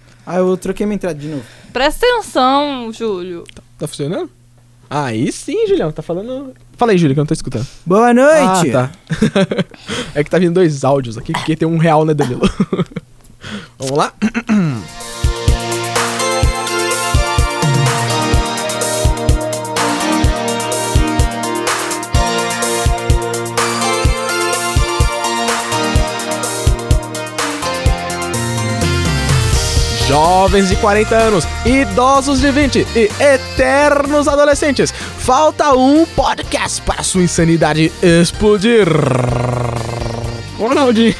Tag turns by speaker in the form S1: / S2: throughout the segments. S1: Aí Ah, eu troquei minha entrada de novo.
S2: Presta atenção, Júlio.
S3: Tá funcionando? Aí sim, Julião, tá falando. Fala aí, Júlio, que eu não tô escutando.
S1: Boa noite!
S3: Ah, tá. é que tá vindo dois áudios aqui, porque tem um real, né, Danilo? Vamos lá? Jovens de 40 anos, idosos de 20 e eternos adolescentes. Falta um podcast para sua insanidade explodir. Ronaldinho.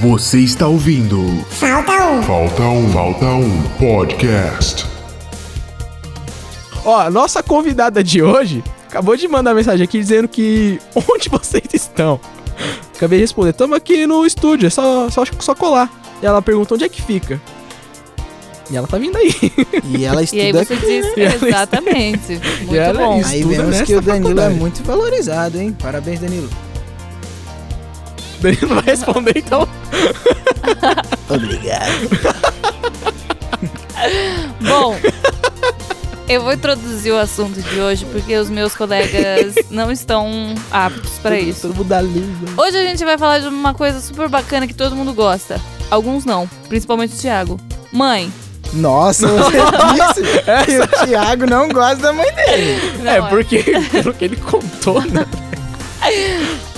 S4: Você está ouvindo.
S5: Falta um.
S4: Falta um, falta um podcast.
S3: Ó, nossa convidada de hoje acabou de mandar mensagem aqui dizendo que onde vocês estão? Acabei de responder, estamos aqui no estúdio, é só, só, só colar. E ela pergunta onde é que fica. E ela tá vindo aí.
S1: E ela
S2: E
S1: estuda
S2: aí você
S1: aqui.
S2: diz
S3: é E ela-
S2: exatamente. Muito
S3: ela é
S2: bom.
S3: isso.
S1: Aí
S3: estuda
S1: vemos que
S3: nessa
S1: o Danilo
S3: faculdade.
S1: é muito valorizado, hein? Parabéns, Danilo.
S3: Daí não vai responder, então.
S1: Obrigado.
S2: Bom, eu vou introduzir o assunto de hoje porque os meus colegas não estão aptos para isso.
S3: Todo mundo tá da língua.
S2: Hoje a gente vai falar de uma coisa super bacana que todo mundo gosta. Alguns não, principalmente o Thiago. Mãe.
S1: Nossa, você disse que o Thiago não gosta da mãe dele.
S2: Não,
S3: é, porque pelo que ele contou, né?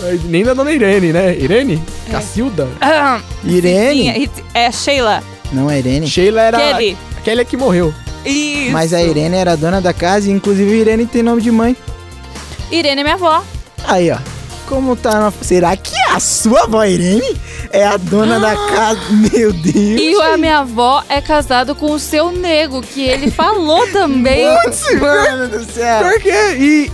S3: Mas Nem da dona Irene, né? Irene?
S2: É.
S3: Cacilda?
S2: Aham.
S1: Irene?
S2: Sim, É, é Sheila.
S1: Não é Irene.
S3: Sheila era.
S2: Kelly.
S3: Kelly é que morreu.
S2: Isso.
S1: Mas a Irene era dona da casa e inclusive a Irene tem nome de mãe.
S2: Irene é minha avó.
S1: Aí, ó. Como tá na... Será que a sua avó Irene é a dona da casa? Meu Deus.
S2: E a minha avó é casada com o seu nego, que ele falou também.
S1: Putz, mano do céu.
S3: Por quê? E,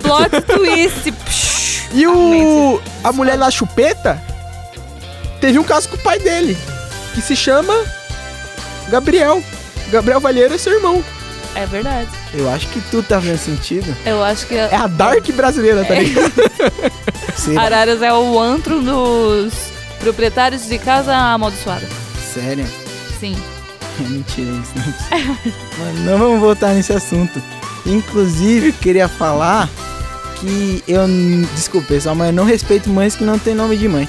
S2: Plot twist. tipo, Psh.
S3: e o. A mulher da chupeta teve um caso com o pai dele. Que se chama Gabriel. Gabriel Valheiro é seu irmão.
S2: É verdade.
S1: Eu acho que tu tá fazendo sentido.
S2: Eu acho que
S3: É a Dark brasileira, tá ligado?
S1: Será?
S2: Araras é o antro dos proprietários de casa amaldiçoada.
S1: Sério?
S2: Sim.
S1: É mentira isso. Não. Mas não vamos voltar nesse assunto. Inclusive, queria falar que eu... n- Desculpa, pessoal, mas eu não respeito mães que não tem nome de mãe.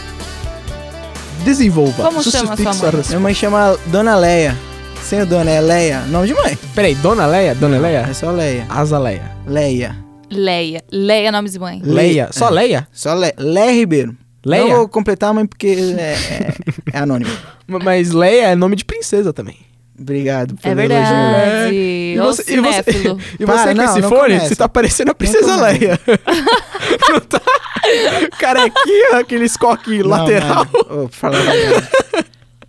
S3: Desenvolva.
S2: Como chama
S3: Sustenta
S2: sua mãe?
S3: suas-
S1: Minha mãe chama Dona Leia. Sem o Dona, é Leia. Nome de mãe.
S3: Peraí, Dona Leia? Dona Leia?
S1: É só Leia.
S3: Azaleia.
S1: Leia.
S2: Leia. Leia, nome de mãe.
S3: Leia. Só Leia?
S1: Só Le... Leia Ribeiro.
S3: Leia?
S1: Não vou completar, mãe, porque é, é- é anônimo.
S3: M- Mas Leia é nome de princesa também.
S1: Obrigado
S2: É
S1: pelo elogio.
S2: verdade.
S3: É. E
S2: Ô,
S3: você, e você,
S2: cinéfilo.
S3: e
S1: Para,
S3: você com
S1: não,
S3: esse
S1: não
S3: fone,
S1: começa.
S3: você tá parecendo a princesa
S1: começa.
S3: Leia. não tá? Carequinha, aqueles coque
S1: Não,
S3: lateral.
S1: mano, ô, pra falar a verdade,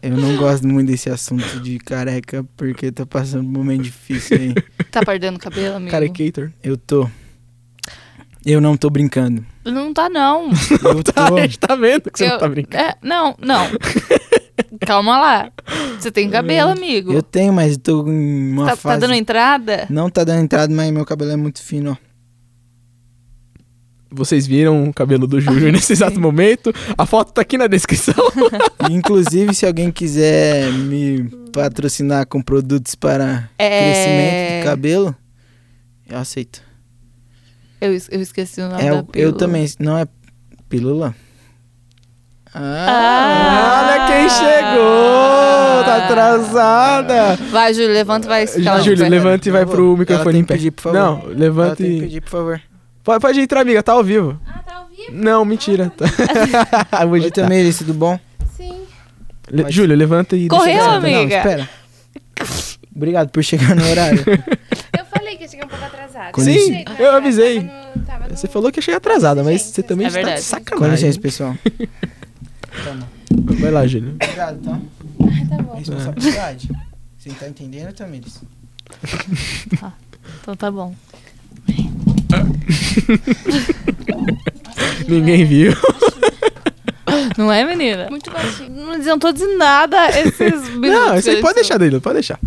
S1: Eu não gosto muito desse assunto de careca, porque tá passando um momento difícil aí.
S2: Tá perdendo cabelo, amigo?
S3: Carecator.
S1: Eu tô. Eu não tô brincando.
S2: Não tá, não.
S1: Eu
S3: Tá, a
S1: tô.
S3: gente tá vendo que você não
S2: Eu-
S3: tá brincando.
S2: É, não, não. Calma lá. Você tem cabelo, amigo.
S1: Eu tenho, mas tô em uma
S2: Tá, tá
S1: fase.
S2: dando entrada?
S1: Não tá dando entrada, mas meu cabelo é muito fino, ó.
S3: Vocês viram o cabelo do
S1: Ah.
S3: Júlio nesse exato momento. A foto tá aqui na descrição.
S1: Inclusive, se alguém quiser me patrocinar com produtos para crescimento
S2: É.
S1: do cabelo, eu aceito.
S2: Eu, es- eu esqueci o nome
S1: É,
S2: da
S1: eu, eu
S2: pílula.
S1: também. Não é pílula?
S2: Ah.
S3: Olha quem chegou! Tá atrasada!
S2: Vai, Júlio, levanta e vai. Cala a
S3: Júlio,
S2: boca.
S3: levanta e vai
S1: Por favor.
S3: pro
S1: Ela
S3: microfone
S1: tem
S3: em
S1: que
S3: pé.
S1: pedir, por favor.
S3: Não,
S1: Ela
S3: levanta
S1: tem que
S3: e...
S1: pedir, por favor.
S3: Pode, pode entrar, amiga, tá ao vivo.
S6: Ah, tá ouvindo?
S3: Não, mentira. Tá. Hoje
S1: Oi,
S3: tá.
S1: Tamiris, tudo bom? tá-
S6: Sim.
S3: Le- Júlio, levanta e...
S2: Correu,
S3: deixa eu-
S1: Não,
S2: amiga.
S1: espera. Obrigado por chegar no horário.
S6: Eu falei que eu cheguei um pouco atrasada.
S1: Sim,
S6: Eu cheguei,
S3: eu avisei.
S6: Tava no, tava no...
S3: Você falou que achei atrasada, mas você também
S2: É
S3: está de
S2: verdade.
S1: Com
S3: sacanagem.
S1: licença, pessoal.
S3: Vai lá, Júlio.
S1: Obrigado, então.
S6: Ah, tá bom.
S1: Responsabilidade. Você não tá entendendo, Tamiris?
S2: Então tá bom.
S3: Ninguém viu.
S2: Não é, menina?
S6: Muito baixinho.
S2: Não adiantou de nada esses minutos.
S3: Não,
S2: que
S3: você
S2: eu
S3: pode
S2: estou-
S3: deixar, Danilo, pode deixar.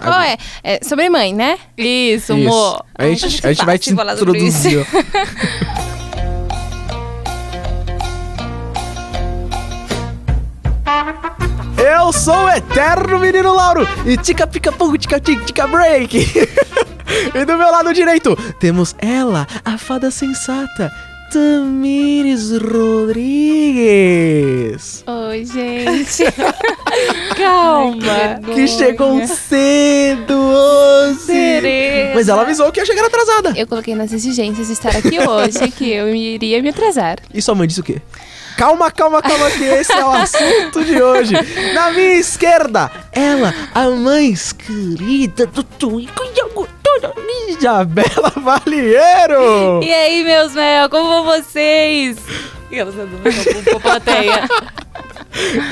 S6: Qual é? é? Sobre mãe, né?
S2: Isso, amor.
S3: A gente, a gente vai te
S2: um Fácil falar sobre
S3: introduzir. ó. Eu sou o eterno menino Lauro e tica pica pum, tica tica, tica break. e do meu lado direito temos ela, a fada sensata, Tamires Rodrigues.
S6: Oi, gente.
S2: Calma.
S3: Que chegou cedo hoje.
S2: Tereza.
S3: Mas ela avisou que ia chegar atrasada.
S6: Eu coloquei nas exigências de estar aqui hoje que eu iria me atrasar.
S3: E sua mãe disse o quê? Calma, calma, calma, que esse é o assunto de hoje. Na minha esquerda, ela, a mais querida do Twico e Agudona, Isabela Valieiro.
S2: E aí, meus mel, como vão vocês? E ela andando com a plateia.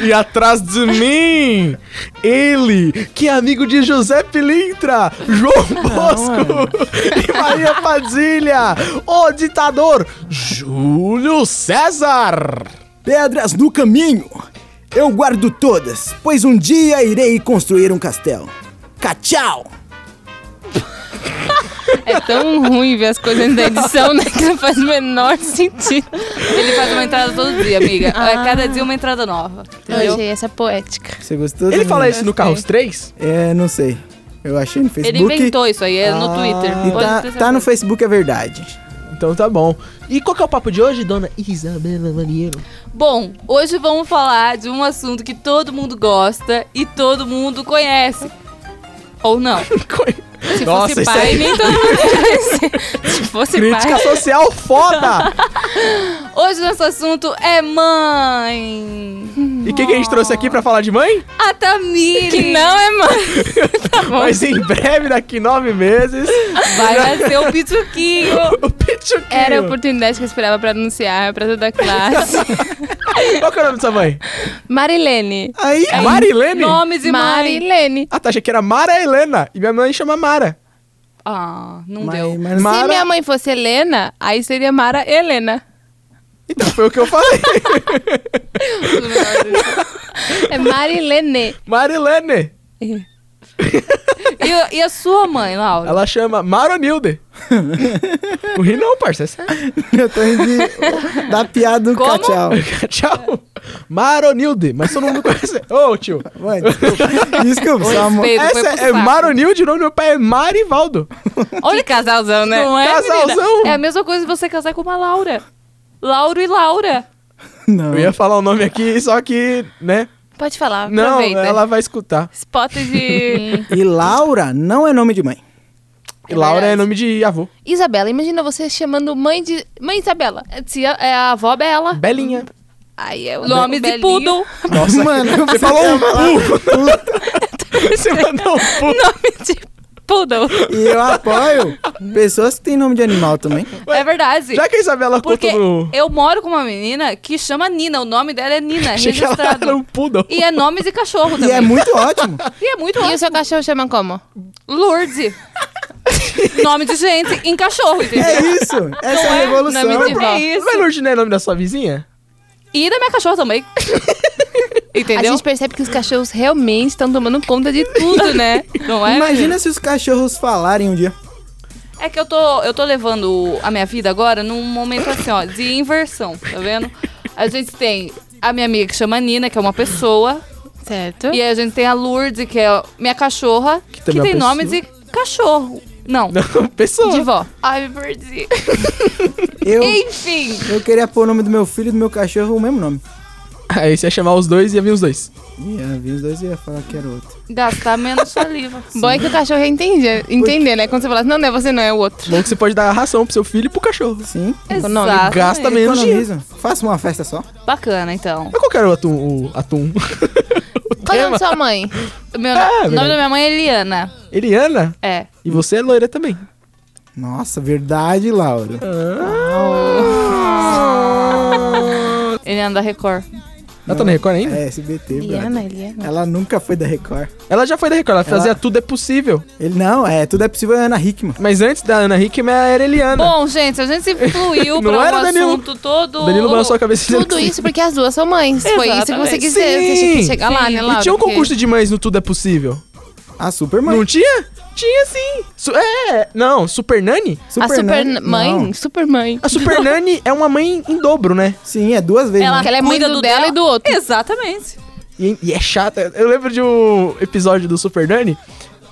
S3: E atrás de mim, ele, que é amigo de José Pilintra, João Bosco e Maria Padilha, o ditador Júlio César.
S5: Pedras no caminho! Eu guardo todas, pois um dia irei construir um castelo. Cachau!
S6: É tão ruim ver as coisas da edição, né? Que não faz o menor sentido. Ah.
S2: Ele faz uma entrada todo dia, amiga. É Cada dia uma entrada nova. Entendeu?
S6: Hoje, é essa poética.
S1: Você gostou?
S3: Ele
S1: do
S3: fala
S1: nome?
S3: isso no Carros 3?
S1: É, não sei. Eu achei no
S2: Ele
S1: Facebook.
S2: inventou isso aí, é no Twitter.
S1: E
S2: Pode
S1: tá,
S2: ter certeza.
S1: tá no Facebook, é verdade.
S3: Então tá bom. E qual que é o papo de hoje, dona Isabela Maniero?
S2: Bom, hoje vamos falar de um assunto que todo mundo gosta e todo mundo conhece. Ou não. Se
S3: Nossa,
S2: fosse
S3: isso
S2: pai,
S3: aí-
S2: nem todo mundo conhece. Se fosse pai.
S3: Crítica social foda!
S2: Hoje nosso assunto é mãe.
S3: e quem que a gente trouxe aqui pra falar de mãe?
S2: A Tamires.
S6: Que não é mãe.
S3: Mas em breve, daqui nove meses,
S2: Tá Vai nascer o pituquinho.
S3: o Pichuquinho.
S6: Era a oportunidade que eu esperava pra anunciar pra toda a classe.
S3: Qual que é o nome dessa mãe?
S6: Marilene. um
S3: Aí, Marilene?
S2: Nome de mãe.
S6: Marilene.
S3: Ah, tá, achei que era Mara Helena. E minha mãe chama Mara.
S2: Ah, não
S1: Mas-
S2: deu.
S1: mas-
S6: Se
S3: Mara-
S6: minha mãe fosse Helena, aí seria Mara Helena.
S3: Então foi o que eu falei.
S6: É Marilene.
S3: Marilene.
S2: E, e a sua mãe, Laura?
S3: Ela chama Maronilde. o ri não, parça. é sério.
S1: Eu tô indo da piada do
S2: Como?
S1: cachau.
S3: Tchau. Maronilde. Mas todo mundo conhece. Ô, tio.
S1: Mãe, desculpa. Desculpa,
S2: Oi,
S1: sua mãe.
S2: respeito. Pedro, foi
S3: Essa
S2: pro
S3: é
S2: saco.
S3: Maronilde, o nome do meu pai é Marivaldo.
S2: Olha que casalzão, né? Não é,
S3: Casalzão.
S2: menina? É a mesma coisa que você casar com uma Laura. Lauro e Laura.
S1: Não.
S3: Eu ia falar o nome aqui, só que, né?
S6: Pode falar,
S3: Não,
S6: aproveita.
S3: ela vai escutar.
S6: Spot de...
S1: E Laura não é nome de mãe.
S3: E Laura é
S6: verdade.
S3: nome de avô.
S6: Isabela, imagina você chamando mãe de... Mãe Isabela. Se a, é a avó Bela.
S3: Belinha.
S6: Aí é o
S2: Nome de
S6: Belinho.
S2: poodle.
S3: Nossa,
S1: Mano,
S3: você falou um pu. você mandou um pu.
S6: Nome de poodle.
S1: E eu apoio pessoas que têm nome de animal também.
S2: é verdade.
S3: Já que tá a Isabela
S2: Porque é
S3: conta no...
S2: eu moro com uma menina que chama Nina. O nome dela é Nina,
S3: Achei que ela era
S2: registrado.
S3: um poodle.
S2: E é nome de cachorro
S1: E
S2: também.
S1: é muito ótimo.
S2: E é muito
S6: E o seu cachorro chama como?
S2: Lourdes. nome de gente em cachorro,
S1: É
S2: entendeu?
S1: isso. Essa é a revolução.
S6: nome de-
S2: É isso.
S3: Mas Lourdes não é nome da sua vizinha?
S2: E da minha cachorra também. Entendeu?
S6: A gente percebe que os cachorros realmente estão tomando conta de tudo, né?
S2: Não é?
S1: Imagina se os cachorros falarem um dia.
S2: É que eu tô, eu tô levando a minha vida agora num momento assim, ó, de inversão, tá vendo? A gente tem a minha amiga que chama Nina, que é uma pessoa.
S6: Certo.
S2: E aí a gente tem a Lourdes, que é minha cachorra, que,
S3: também é
S2: tem
S3: uma
S2: nome de cachorro. Não,
S3: Não, pessoa.
S2: de vó. Ai, me perdi.
S1: Eu,
S2: Enfim.
S1: eu queria pôr o nome do meu filho e do meu cachorro o mesmo nome.
S3: Aí você ia chamar os dois e ia vir os dois.
S1: Ia vir é, os dois e ia falar que era outro.
S2: Gastar menos saliva.
S6: Bom é que o cachorro ia entender, entender, né? Quando você fala assim, não, não é você, não, é o outro. é
S3: Bom que você pode dar ração pro seu filho e pro cachorro.
S1: Sim.
S2: Exato.
S3: Gasta menos dinheiro.
S1: Economiza. Faça uma festa só.
S2: Bacana, então.
S3: Mas qual que era o atum? O atum?
S6: Qual é o nome da sua mãe?
S2: Meu
S3: É,
S2: no- o nome
S3: verdade.
S2: da minha mãe é Eliana.
S3: Eliana?
S2: É.
S3: E você é loira também.
S1: Nossa, verdade, Laura.
S3: Ah.
S2: Eliana da Record.
S3: Ela tá na Record ainda?
S1: É SBT, brother.
S6: Eliana, Eliana.
S1: Ela nunca foi da Record.
S3: Ela já foi da Record, ela fazia Tudo é Possível.
S1: Ele não, é tudo é possível é Ana Hickman.
S3: Mas antes da Ana Hickman era Eliana.
S2: Bom, gente, a gente se fluiu
S3: Não
S2: pra um
S3: era, Danilo?
S2: assunto todo.
S3: Danilo balançou a cabeça assim. e
S6: Tudo isso porque as duas são mães. Foi isso que você
S2: Exatamente.
S6: quis dizer. Você
S3: Sim.
S6: tinha que chegar lá,
S2: Sim.
S6: né,
S2: E
S6: Laura?
S3: E tinha um
S6: Porque-
S3: concurso de mães no Tudo é Possível?
S1: A Superman.
S3: Não tinha? Tinha sim. Su- é, não, Super Nani?
S6: A super
S1: Nan-
S6: mãe?
S1: Não.
S6: Super mãe.
S3: A Super Nani é uma mãe em dobro, né?
S1: Sim, é duas vezes.
S2: Ela,
S1: né?
S6: Ela é mãe
S2: cuida
S6: do
S2: do
S6: dela e do outro.
S2: Exatamente.
S3: E, e é chata. Eu lembro de um episódio do Super Nani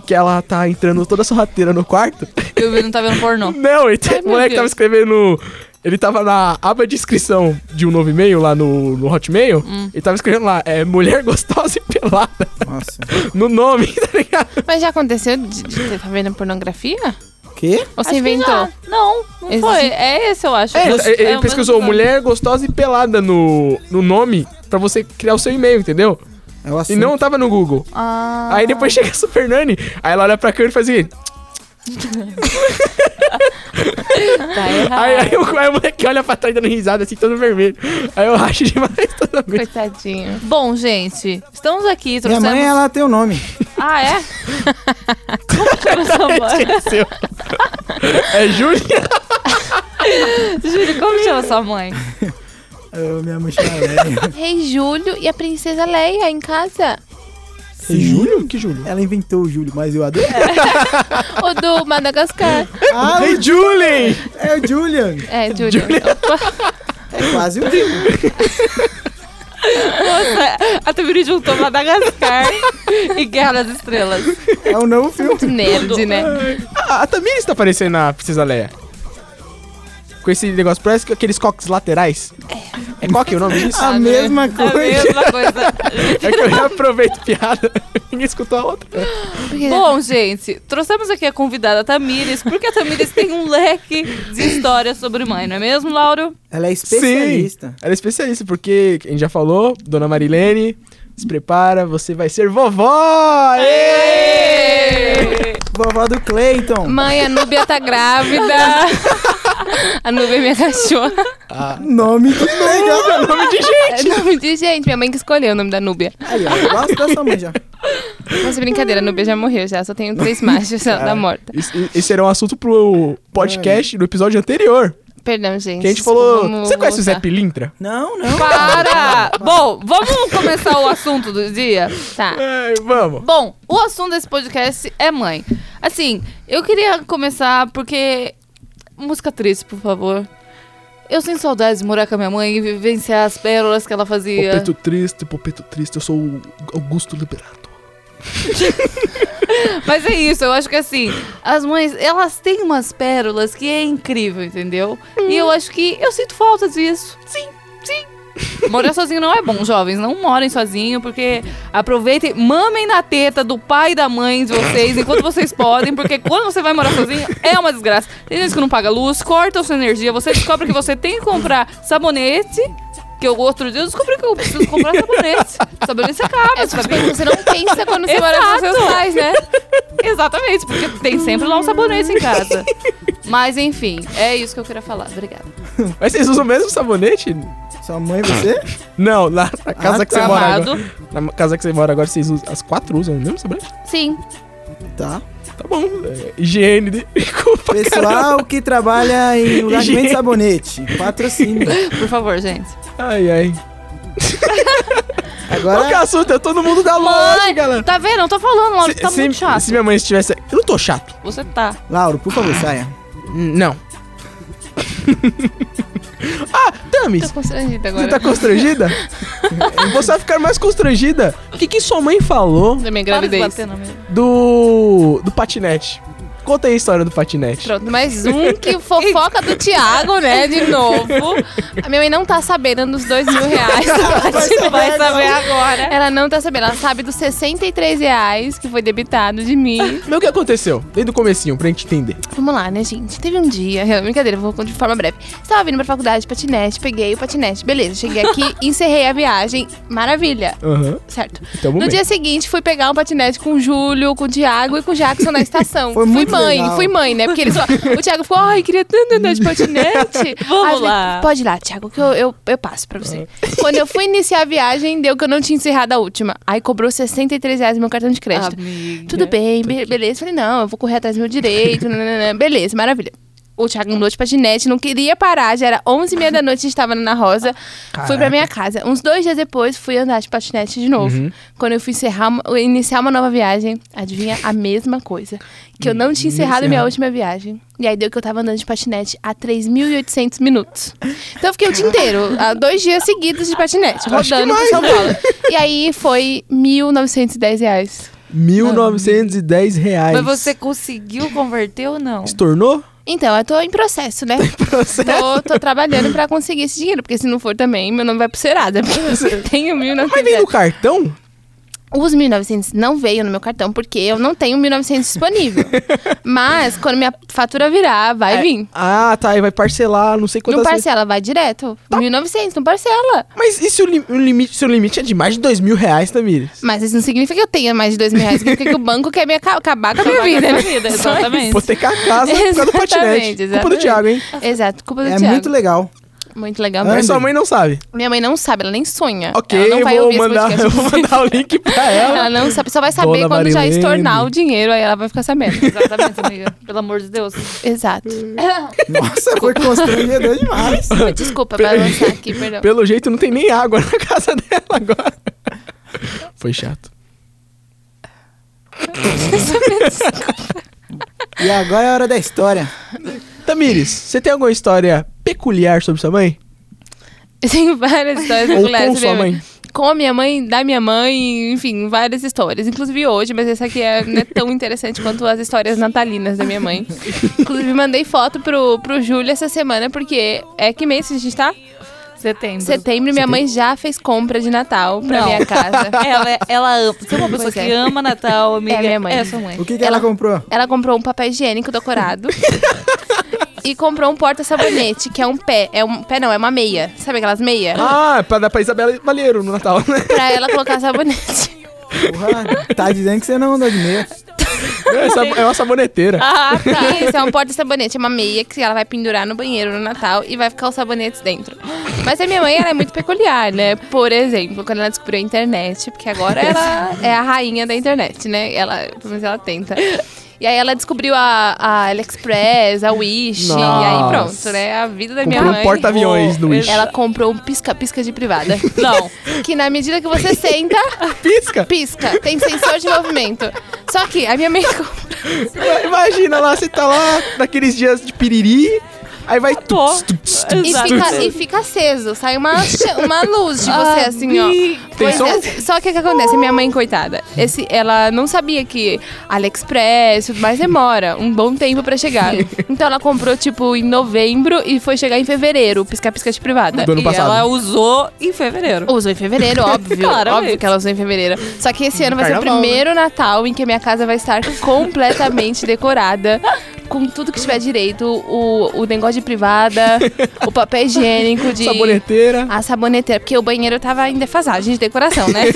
S3: que ela tá entrando toda sorrateira no quarto.
S2: Eu vi, não tá vendo pornô.
S3: Não, e tem
S6: Ai,
S3: um
S6: meu
S3: moleque que tava
S6: Deus.
S3: escrevendo. Ele tava na aba de inscrição de um novo e-mail lá no, no Hotmail. Ele tava escrevendo lá, é mulher gostosa e pelada.
S1: Nossa.
S3: No nome, tá ligado?
S6: Mas já aconteceu de, de ter tá vendo pornografia?
S1: Quê?
S6: Ou
S2: Acho
S6: você
S2: que
S6: inventou?
S2: já. Não, não
S6: Esse-
S2: foi. É esse, eu acho.
S3: É,
S2: Você-
S3: ele, ele
S2: é o
S3: pesquisou
S2: mesmo nome.
S3: mulher gostosa e pelada no, no nome pra você criar o seu e-mail, entendeu?
S1: É o
S3: E
S1: assunto.
S3: não tava no Google.
S2: Ah.
S3: Aí depois chega a Super Nani, aí ela olha pra câmera e faz assim, o seguinte.
S2: Tá errado.
S3: Aí, aí o, aí o moleque olha pra trás dando risada assim, todo vermelho. Aí eu racho demais toda vez.
S6: Coitadinho.
S2: Bom, gente, estamos aqui.
S1: Minha
S2: Trouxemos...
S1: mãe,
S3: é
S1: ela tem o nome.
S2: Ah, é? Como chama sua mãe?
S3: Esqueceu. É Júlia?
S2: Júlio, como chama sua mãe?
S1: Ah, minha mãe chama ela. né?
S6: Rei Júlio e a princesa Leia em casa.
S3: É Júlio? Que Júlio?
S1: Ela inventou o Júlio, mas eu adoro.
S6: O do Madagascar.
S1: Ah,
S3: Hey, Julie!
S1: o- é o Julian.
S6: É, Júlio.
S1: É quase o Júlio.
S2: A Tubiri juntou Madagascar e Guerra das Estrelas.
S1: É o novo filme.
S6: Muito nerd, né?
S3: Ah, a Tamiris tá aparecendo na Princesa Leia. Com esse negócio, parece que aqueles coques laterais. É. qual que é o nome disso?
S1: A mesma
S2: A
S1: coisa.
S2: mesma coisa.
S3: É que eu já aproveito piada. Ninguém escutou a outra.
S6: Porque-
S2: Bom, gente, trouxemos aqui a convidada Tamires, porque a Tamires tem um leque de histórias sobre mãe, não é mesmo, Lauro?
S1: Ela é especialista.
S3: Ela é especialista, porque a gente já falou, Dona Marilene, se prepara, você vai ser vovó! Aê!
S1: Vovó do Clayton.
S6: Mãe, a Núbia tá grávida. A Núbia é minha cachorra.
S1: Nome né? que legal.
S3: Nome de gente!
S6: É nome de gente. Minha mãe que escolheu o nome da Núbia.
S1: Aí, ó. eu Gosto da sua mãe já.
S6: Mas brincadeira, a Núbia já morreu já. Só tenho três machos, ela tá morta.
S3: Esse, esse era um assunto pro podcast do episódio anterior.
S6: Perdão, gente.
S3: Que a gente
S6: desculpa,
S3: falou.
S6: vamos
S3: Você conhece o Zé
S6: voltar.
S3: Pilintra?
S1: Não, não.
S2: Para! Bom, vamos começar o assunto do dia?
S6: Tá.
S3: Ai, É, vamos.
S2: Bom, o assunto desse podcast é mãe. Assim, eu queria começar porque. Música triste, por favor. Eu sinto saudades de morar com a minha mãe e vivenciar as pérolas que ela fazia.
S3: Popeto triste, popeto triste, eu sou o Augusto Liberato.
S2: Mas é isso, eu acho que assim, as mães, elas têm umas pérolas que é incrível, entendeu? E eu acho que eu sinto falta disso. Sim, sim. Morar sozinho não é bom, jovens. Não morem sozinho, porque aproveitem, mamem na teta do pai e da mãe de vocês enquanto vocês podem, porque quando você vai morar sozinho é uma desgraça. Tem gente que não paga luz, corta a sua energia, você descobre que você tem que comprar sabonete. Que eu outro dia eu descobri que eu preciso comprar sabonete. Sabonete se acaba,
S6: É
S2: sabia?
S6: tipo, você não pensa quando você mora com seus
S2: Exato.
S6: pais, né?
S2: Exatamente, porque tem sempre lá um sabonete em casa. Mas enfim, é isso que eu queria falar. Obrigada.
S3: Mas vocês usam o mesmo sabonete?
S1: Sua mãe, você?
S3: Não, lá na
S2: Ah,
S3: casa que você mora
S2: Amado.
S3: agora. Na casa que você mora agora, vocês usam. As quatro usam o mesmo sabonete?
S2: Sim.
S1: Tá.
S3: Tá bom. É, higiene, de- desculpa, cara.
S1: Pessoal que trabalha em lugar que vende sabonete. Patrocínio.
S2: Por favor, gente.
S3: Ai, ai. Qual que é o
S1: Agora,
S3: assunto? Eu tô no mundo da loja, galera.
S2: Tá vendo? Eu tô falando, Laura, tá muito chato.
S3: se minha mãe estivesse. Eu não tô chato.
S2: Você tá.
S1: Lauro, por favor, saia.
S2: Hum,
S3: Não. ah, Tamis,
S6: Tô constrangida agora.
S3: Você tá constrangida? Você vai ficar mais constrangida. O que, que sua mãe falou
S6: Da minha
S2: Para de
S6: gravidez.
S2: bater na minha-
S3: do. do patinete? Conta aí a história do patinete.
S6: Pronto, mais um que fofoca do Thiago, né? De novo. A minha mãe não tá sabendo dos dois mil reais.
S2: Você vai saber agora.
S6: Ela não tá sabendo. Ela sabe dos 63 reais que foi debitado de mim.
S3: Mas o que aconteceu? Desde o comecinho, pra gente entender.
S6: Vamos lá, né, gente? Teve um dia, real- brincadeira, vou contar de forma breve. Estava vindo pra faculdade de patinete, peguei o patinete, beleza. Cheguei aqui, encerrei a viagem, maravilha,
S3: Aham.
S6: certo?
S3: Então,
S6: no
S3: momento.
S6: dia seguinte, fui pegar um patinete com o Júlio, com o Thiago e com o Jackson na estação.
S1: Foi muito
S6: fui mãe,
S1: legal.
S6: fui mãe, né? Porque eles falaram, o Thiago ficou, ai, queria tanto andar de patinete.
S2: Vamos
S6: Aí eu falei,
S2: lá.
S6: Pode ir lá, Thiago, que eu, eu, eu passo pra você. Quando eu fui iniciar a viagem, deu que eu não tinha encerrado a última. Aí cobrou 63 reais no meu cartão de crédito.
S2: Amiga.
S6: Tudo bem, be- beleza. Falei, não, eu vou correr atrás do meu direito. nananana. beleza, maravilha. O Thiago andou de patinete, não queria parar, já era 11h30 da noite, a gente tava na Ana Rosa. Fui pra minha casa. Uns dois dias depois, fui andar de patinete de novo. Quando eu fui encerrar, uma- iniciar uma nova viagem, adivinha a mesma coisa. Que eu não tinha encerrado minha última viagem. E aí deu que eu tava andando de patinete há 3.800 minutos. Então eu fiquei o dia inteiro, há dois dias seguidos de patinete, rodando por São Paulo. E aí foi 1.910 reais.
S3: 1.910 reais.
S2: Mas você conseguiu converter ou não?
S3: Estornou?
S6: Então, eu tô em processo, né? Tô, tô trabalhando pra conseguir esse dinheiro, porque se não for também, meu nome vai pro Serasa. porque eu Tenho
S3: Mas vem
S6: 1.900.
S3: no cartão?
S6: Os 1.900 não veio no meu cartão, porque eu não tenho 1.900 disponível. Mas, quando minha fatura virar, vai vir.
S3: Ah, tá. E vai parcelar, não sei quantas
S6: Não
S3: vezes. Tá.
S6: parcela, vai direto. 1.900, não parcela.
S3: Mas e se o, lim- o limite, seu limite é de mais de dois mil reais, Tamires?
S6: Mas isso não significa que eu tenha mais de 2 mil reais, significa que o banco quer me aca- acabar com a minha vida. né?
S2: Vida,
S6: Só isso.
S2: exatamente.
S3: Hipotecar a casa por causa do patinete. Culpa
S6: Exatamente,
S3: do
S6: exatamente.
S3: Thiago, hein?
S6: Exato, culpa do
S1: É
S6: Thiago.
S1: muito legal.
S6: Muito legal
S3: Mas
S6: mesmo.
S3: sua mãe não sabe.
S6: Minha mãe não sabe, ela nem sonha.
S3: É, Ok,
S6: ela não
S3: eu
S6: vai
S3: vou
S6: ouvir esse
S3: mandar,
S6: podcast.
S3: eu vou mandar o link pra É ela.
S6: Ela não sabe, só vai saber
S3: Dona
S6: quando já
S3: Marilene.
S6: estornar o dinheiro, aí ela vai ficar sabendo.
S2: Exatamente, amiga. Pelo amor de Deus.
S6: Exato.
S2: Hum.
S1: Nossa, foi constrangedor demais.
S6: Desculpa, vai lançar aqui, perdão.
S3: Pelo jeito, não tem nem água na casa dela agora. Foi chato.
S1: E agora é a hora da história.
S3: Tamires, você tem alguma história peculiar sobre sua mãe?
S6: Tem várias histórias
S3: Ou
S6: populares
S3: com
S6: da
S3: sua
S6: minha
S3: mãe?
S6: Com a minha mãe, da minha mãe, enfim, várias histórias. Inclusive hoje, mas essa aqui é, não é tão interessante quanto as histórias natalinas da minha mãe. Inclusive, mandei foto pro, pro Júlio essa semana, porque é que mês que a gente tá?
S2: Setembro.
S6: Setembro, minha mãe já fez compra de Natal pra
S2: Não.
S6: minha casa.
S2: Ela, é- ela ama. Você é uma pessoa
S6: né? Pois é.
S2: que ama Natal, amiga.
S6: É minha mãe.
S2: É sua mãe.
S1: O que, que ela, comprou?
S6: Ela comprou um papel higiênico decorado. e comprou um porta-sabonete, que é um pé. É um pé não, é uma meia. Sabe aquelas meias?
S3: Ah, é pra dar pra Isabela Valheiro no Natal, né?
S6: Pra ela colocar sabonete.
S1: Porra, tá dizendo que você não andou de meia.
S3: É essa- É uma saboneteira.
S6: Ah, tá. Isso, é um porta-sabonete. É uma meia que ela vai pendurar no banheiro no Natal e vai ficar os sabonetes dentro. Mas a minha mãe, ela é muito peculiar, né? Por exemplo, quando ela descobriu a internet, porque agora ela é a rainha da internet, né? Ela, pelo menos ela tenta. E aí ela descobriu a, a AliExpress, a Wish, e aí
S3: Nossa.
S6: pronto, né? A vida da minha
S3: Comprou
S6: mãe.
S3: um porta-aviões no Wish.
S6: Ela comprou um pisca-pisca de privada.
S2: Não.
S6: Que na medida que você senta,
S3: Pisca.
S6: pisca. Tem sensor de movimento. Só que a minha mãe comprou.
S3: Imagina lá, você tá lá naqueles dias de piriri, aí vai...
S2: Pô.
S3: tuts, tuts, tuts.
S6: E fica, e fica aceso. Sai uma, cha- uma luz de você, assim, ó.
S3: Tem
S6: Pois
S3: som?
S6: é, Só que o que acontece? Minha mãe, coitada, esse, ela não sabia que AliExpress, mas demora um bom tempo pra chegar. Então ela comprou, tipo, em novembro e foi chegar em fevereiro, o pisca-pisca de privada.
S3: Do ano
S2: e
S3: passado.
S2: ela usou em fevereiro.
S6: Usou em fevereiro, óbvio.
S2: Claramente.
S6: óbvio que ela usou em fevereiro. Só que esse ano vai ser o
S3: Carnaval, né?
S6: primeiro Natal em que a minha casa vai estar completamente decorada. Com tudo que tiver direito. O, o negócio de privada, o papel higiênico de...
S3: Saboneteira.
S6: A saboneteira, porque o banheiro tava em defasagem de decoração, né?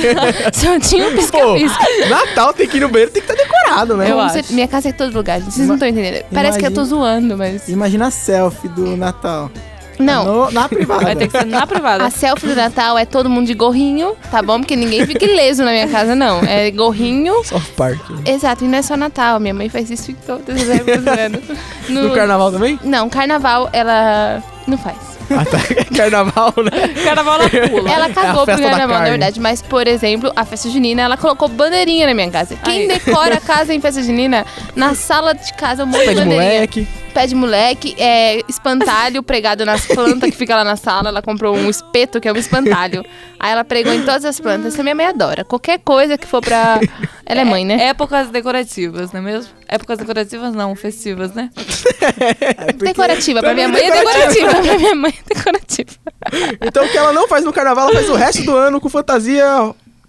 S6: Só tinha um
S3: Pô,
S6: pisca-pisca.
S3: Natal tem que ir no banheiro, tem que estar decorado, né?
S6: Com
S2: acho.
S6: cer- Minha casa é em todo lugar, gente. Vocês não estão entendendo. Parece que eu tô
S1: imagina.
S6: zoando, mas.
S1: Imagina a selfie do Natal.
S6: Não.
S1: No- na privada.
S2: Vai ter que ser na privada.
S6: A selfie do Natal é todo mundo de gorrinho, tá bom? Porque ninguém fica ileso na minha casa, não. É gorrinho,
S3: South Park.
S6: Exato, e não é só Natal, minha mãe faz isso em todas as épocas do ano.
S3: No carnaval também?
S6: Não, carnaval ela não faz.
S3: Ah, tá. Carnaval, né?
S2: Carnaval na pula.
S6: Ela cagou pro
S3: É festa da
S6: carnaval, na
S3: carne.
S6: verdade, mas por exemplo, a festa junina, ela colocou bandeirinha na minha casa. Quem
S2: Aí.
S6: decora a casa em festa junina, na sala de casa, um monte
S3: Pé
S6: de
S3: de
S6: bandeirinha.
S3: moleque.
S6: Pé de moleque, é, espantalho pregado nas plantas que fica lá na sala. Ela comprou um espeto, que é um espantalho. Aí ela pregou em todas as plantas. Essa minha mãe adora. Qualquer coisa que for pra. Ela é mãe, né?
S2: Épocas decorativas, não é mesmo? Épocas decorativas não, festivas, né?
S6: Decorativa. Pra minha mãe é decorativa. Pra minha mãe é decorativa.
S3: Então o que ela não faz no carnaval, ela faz o resto do ano com fantasia,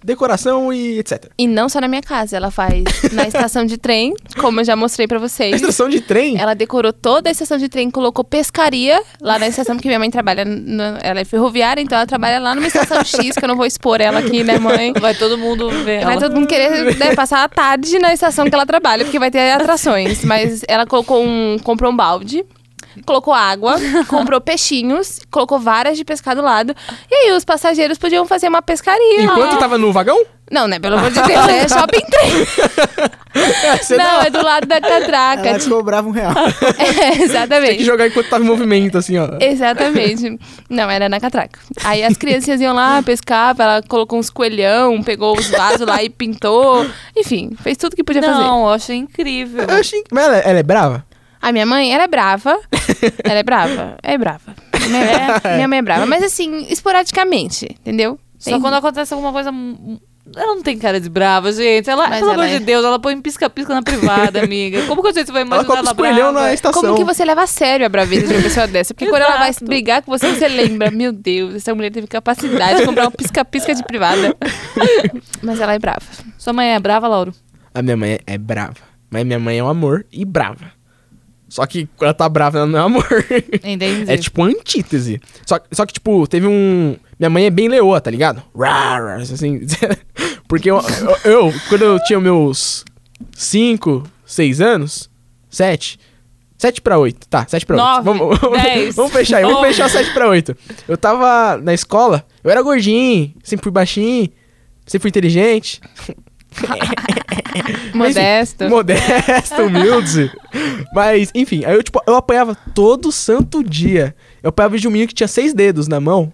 S3: decoração e etc.
S6: E não só na minha casa. Ela faz na estação de trem, como eu já mostrei pra
S3: A
S6: vocês.
S3: estação de trem,
S6: Ela decorou toda a estação de trem, colocou pescaria lá na estação, porque minha mãe trabalha. na- ela é ferroviária, então ela trabalha lá numa estação X, que eu não vou expor ela aqui, né, mãe?
S2: Vai todo mundo ver
S6: Vai
S2: ela.
S6: todo mundo querer né, passar a tarde na estação que ela trabalha, porque vai ter atrações. Mas ela colocou um. comprou um balde. Colocou água, comprou peixinhos, colocou varas de pescar do lado. E aí os passageiros podiam fazer uma pescaria.
S3: enquanto tá- tava no vagão,
S6: Não, né? Pelo amor de Deus, é shopping trem. não, é do lado da catraca. tipo,
S1: Ela cobrava um real.
S6: É,
S3: Tem que
S6: exatamente.
S3: jogar enquanto tava em movimento, assim, ó.
S6: Exatamente. Não, era na catraca. Aí as crianças iam lá, pescava, ela colocou uns coelhão, pegou os vasos lá e pintou. Enfim, fez tudo que podia fazer.
S2: Não, eu achei incrível.
S3: Eu achei... Mas ela, ela é brava?
S6: A minha mãe, ela é brava. Ela é brava. É brava. Minha, é, minha mãe é brava. Mas assim, esporadicamente, entendeu?
S2: Só
S6: Tem-
S2: quando acontece alguma coisa. mu- Ela não tem cara de brava, gente. Ela,
S6: Mas
S2: pelo
S6: ela
S2: amor de
S6: é.
S2: Deus, ela põe pisca-pisca na privada, amiga. Como que a gente vai
S3: Ela
S2: imaginar
S3: coloca
S2: ela
S3: os coelhão
S2: brava?
S3: na estação.
S6: é Como que você leva a sério a braveza de uma pessoa dessa? Porque quando ela vai
S2: Exato.
S6: brigar com você, você lembra, meu Deus, essa mulher teve capacidade de comprar um pisca-pisca de privada. Mas ela é brava.
S2: Sua mãe é brava, Lauro?
S3: A minha mãe é, é brava. Mas minha mãe é um amor e brava. Só que quando ela tá brava, ela não é amor.
S2: Entendi.
S3: É tipo uma antítese. Só, só que, tipo, teve um. Minha mãe é bem leoa, tá ligado? Rar, rar, assim. Porque eu, eu, eu, quando eu tinha meus 5, 6 anos, 7. 7 pra 8, tá, 7 pra 8.
S2: Nove, dez,
S3: vamos fechar aí, vamos
S2: onze.
S3: fechar 7 pra 8. Eu tava na escola, eu era gordinho, sempre fui baixinho, sempre fui inteligente. Mas, enfim,
S6: Modesto.
S3: Modesto, humilde. Mas, enfim, aí eu, tipo, eu apanhava todo santo dia. Eu apanhava de um menino que tinha seis dedos na mão.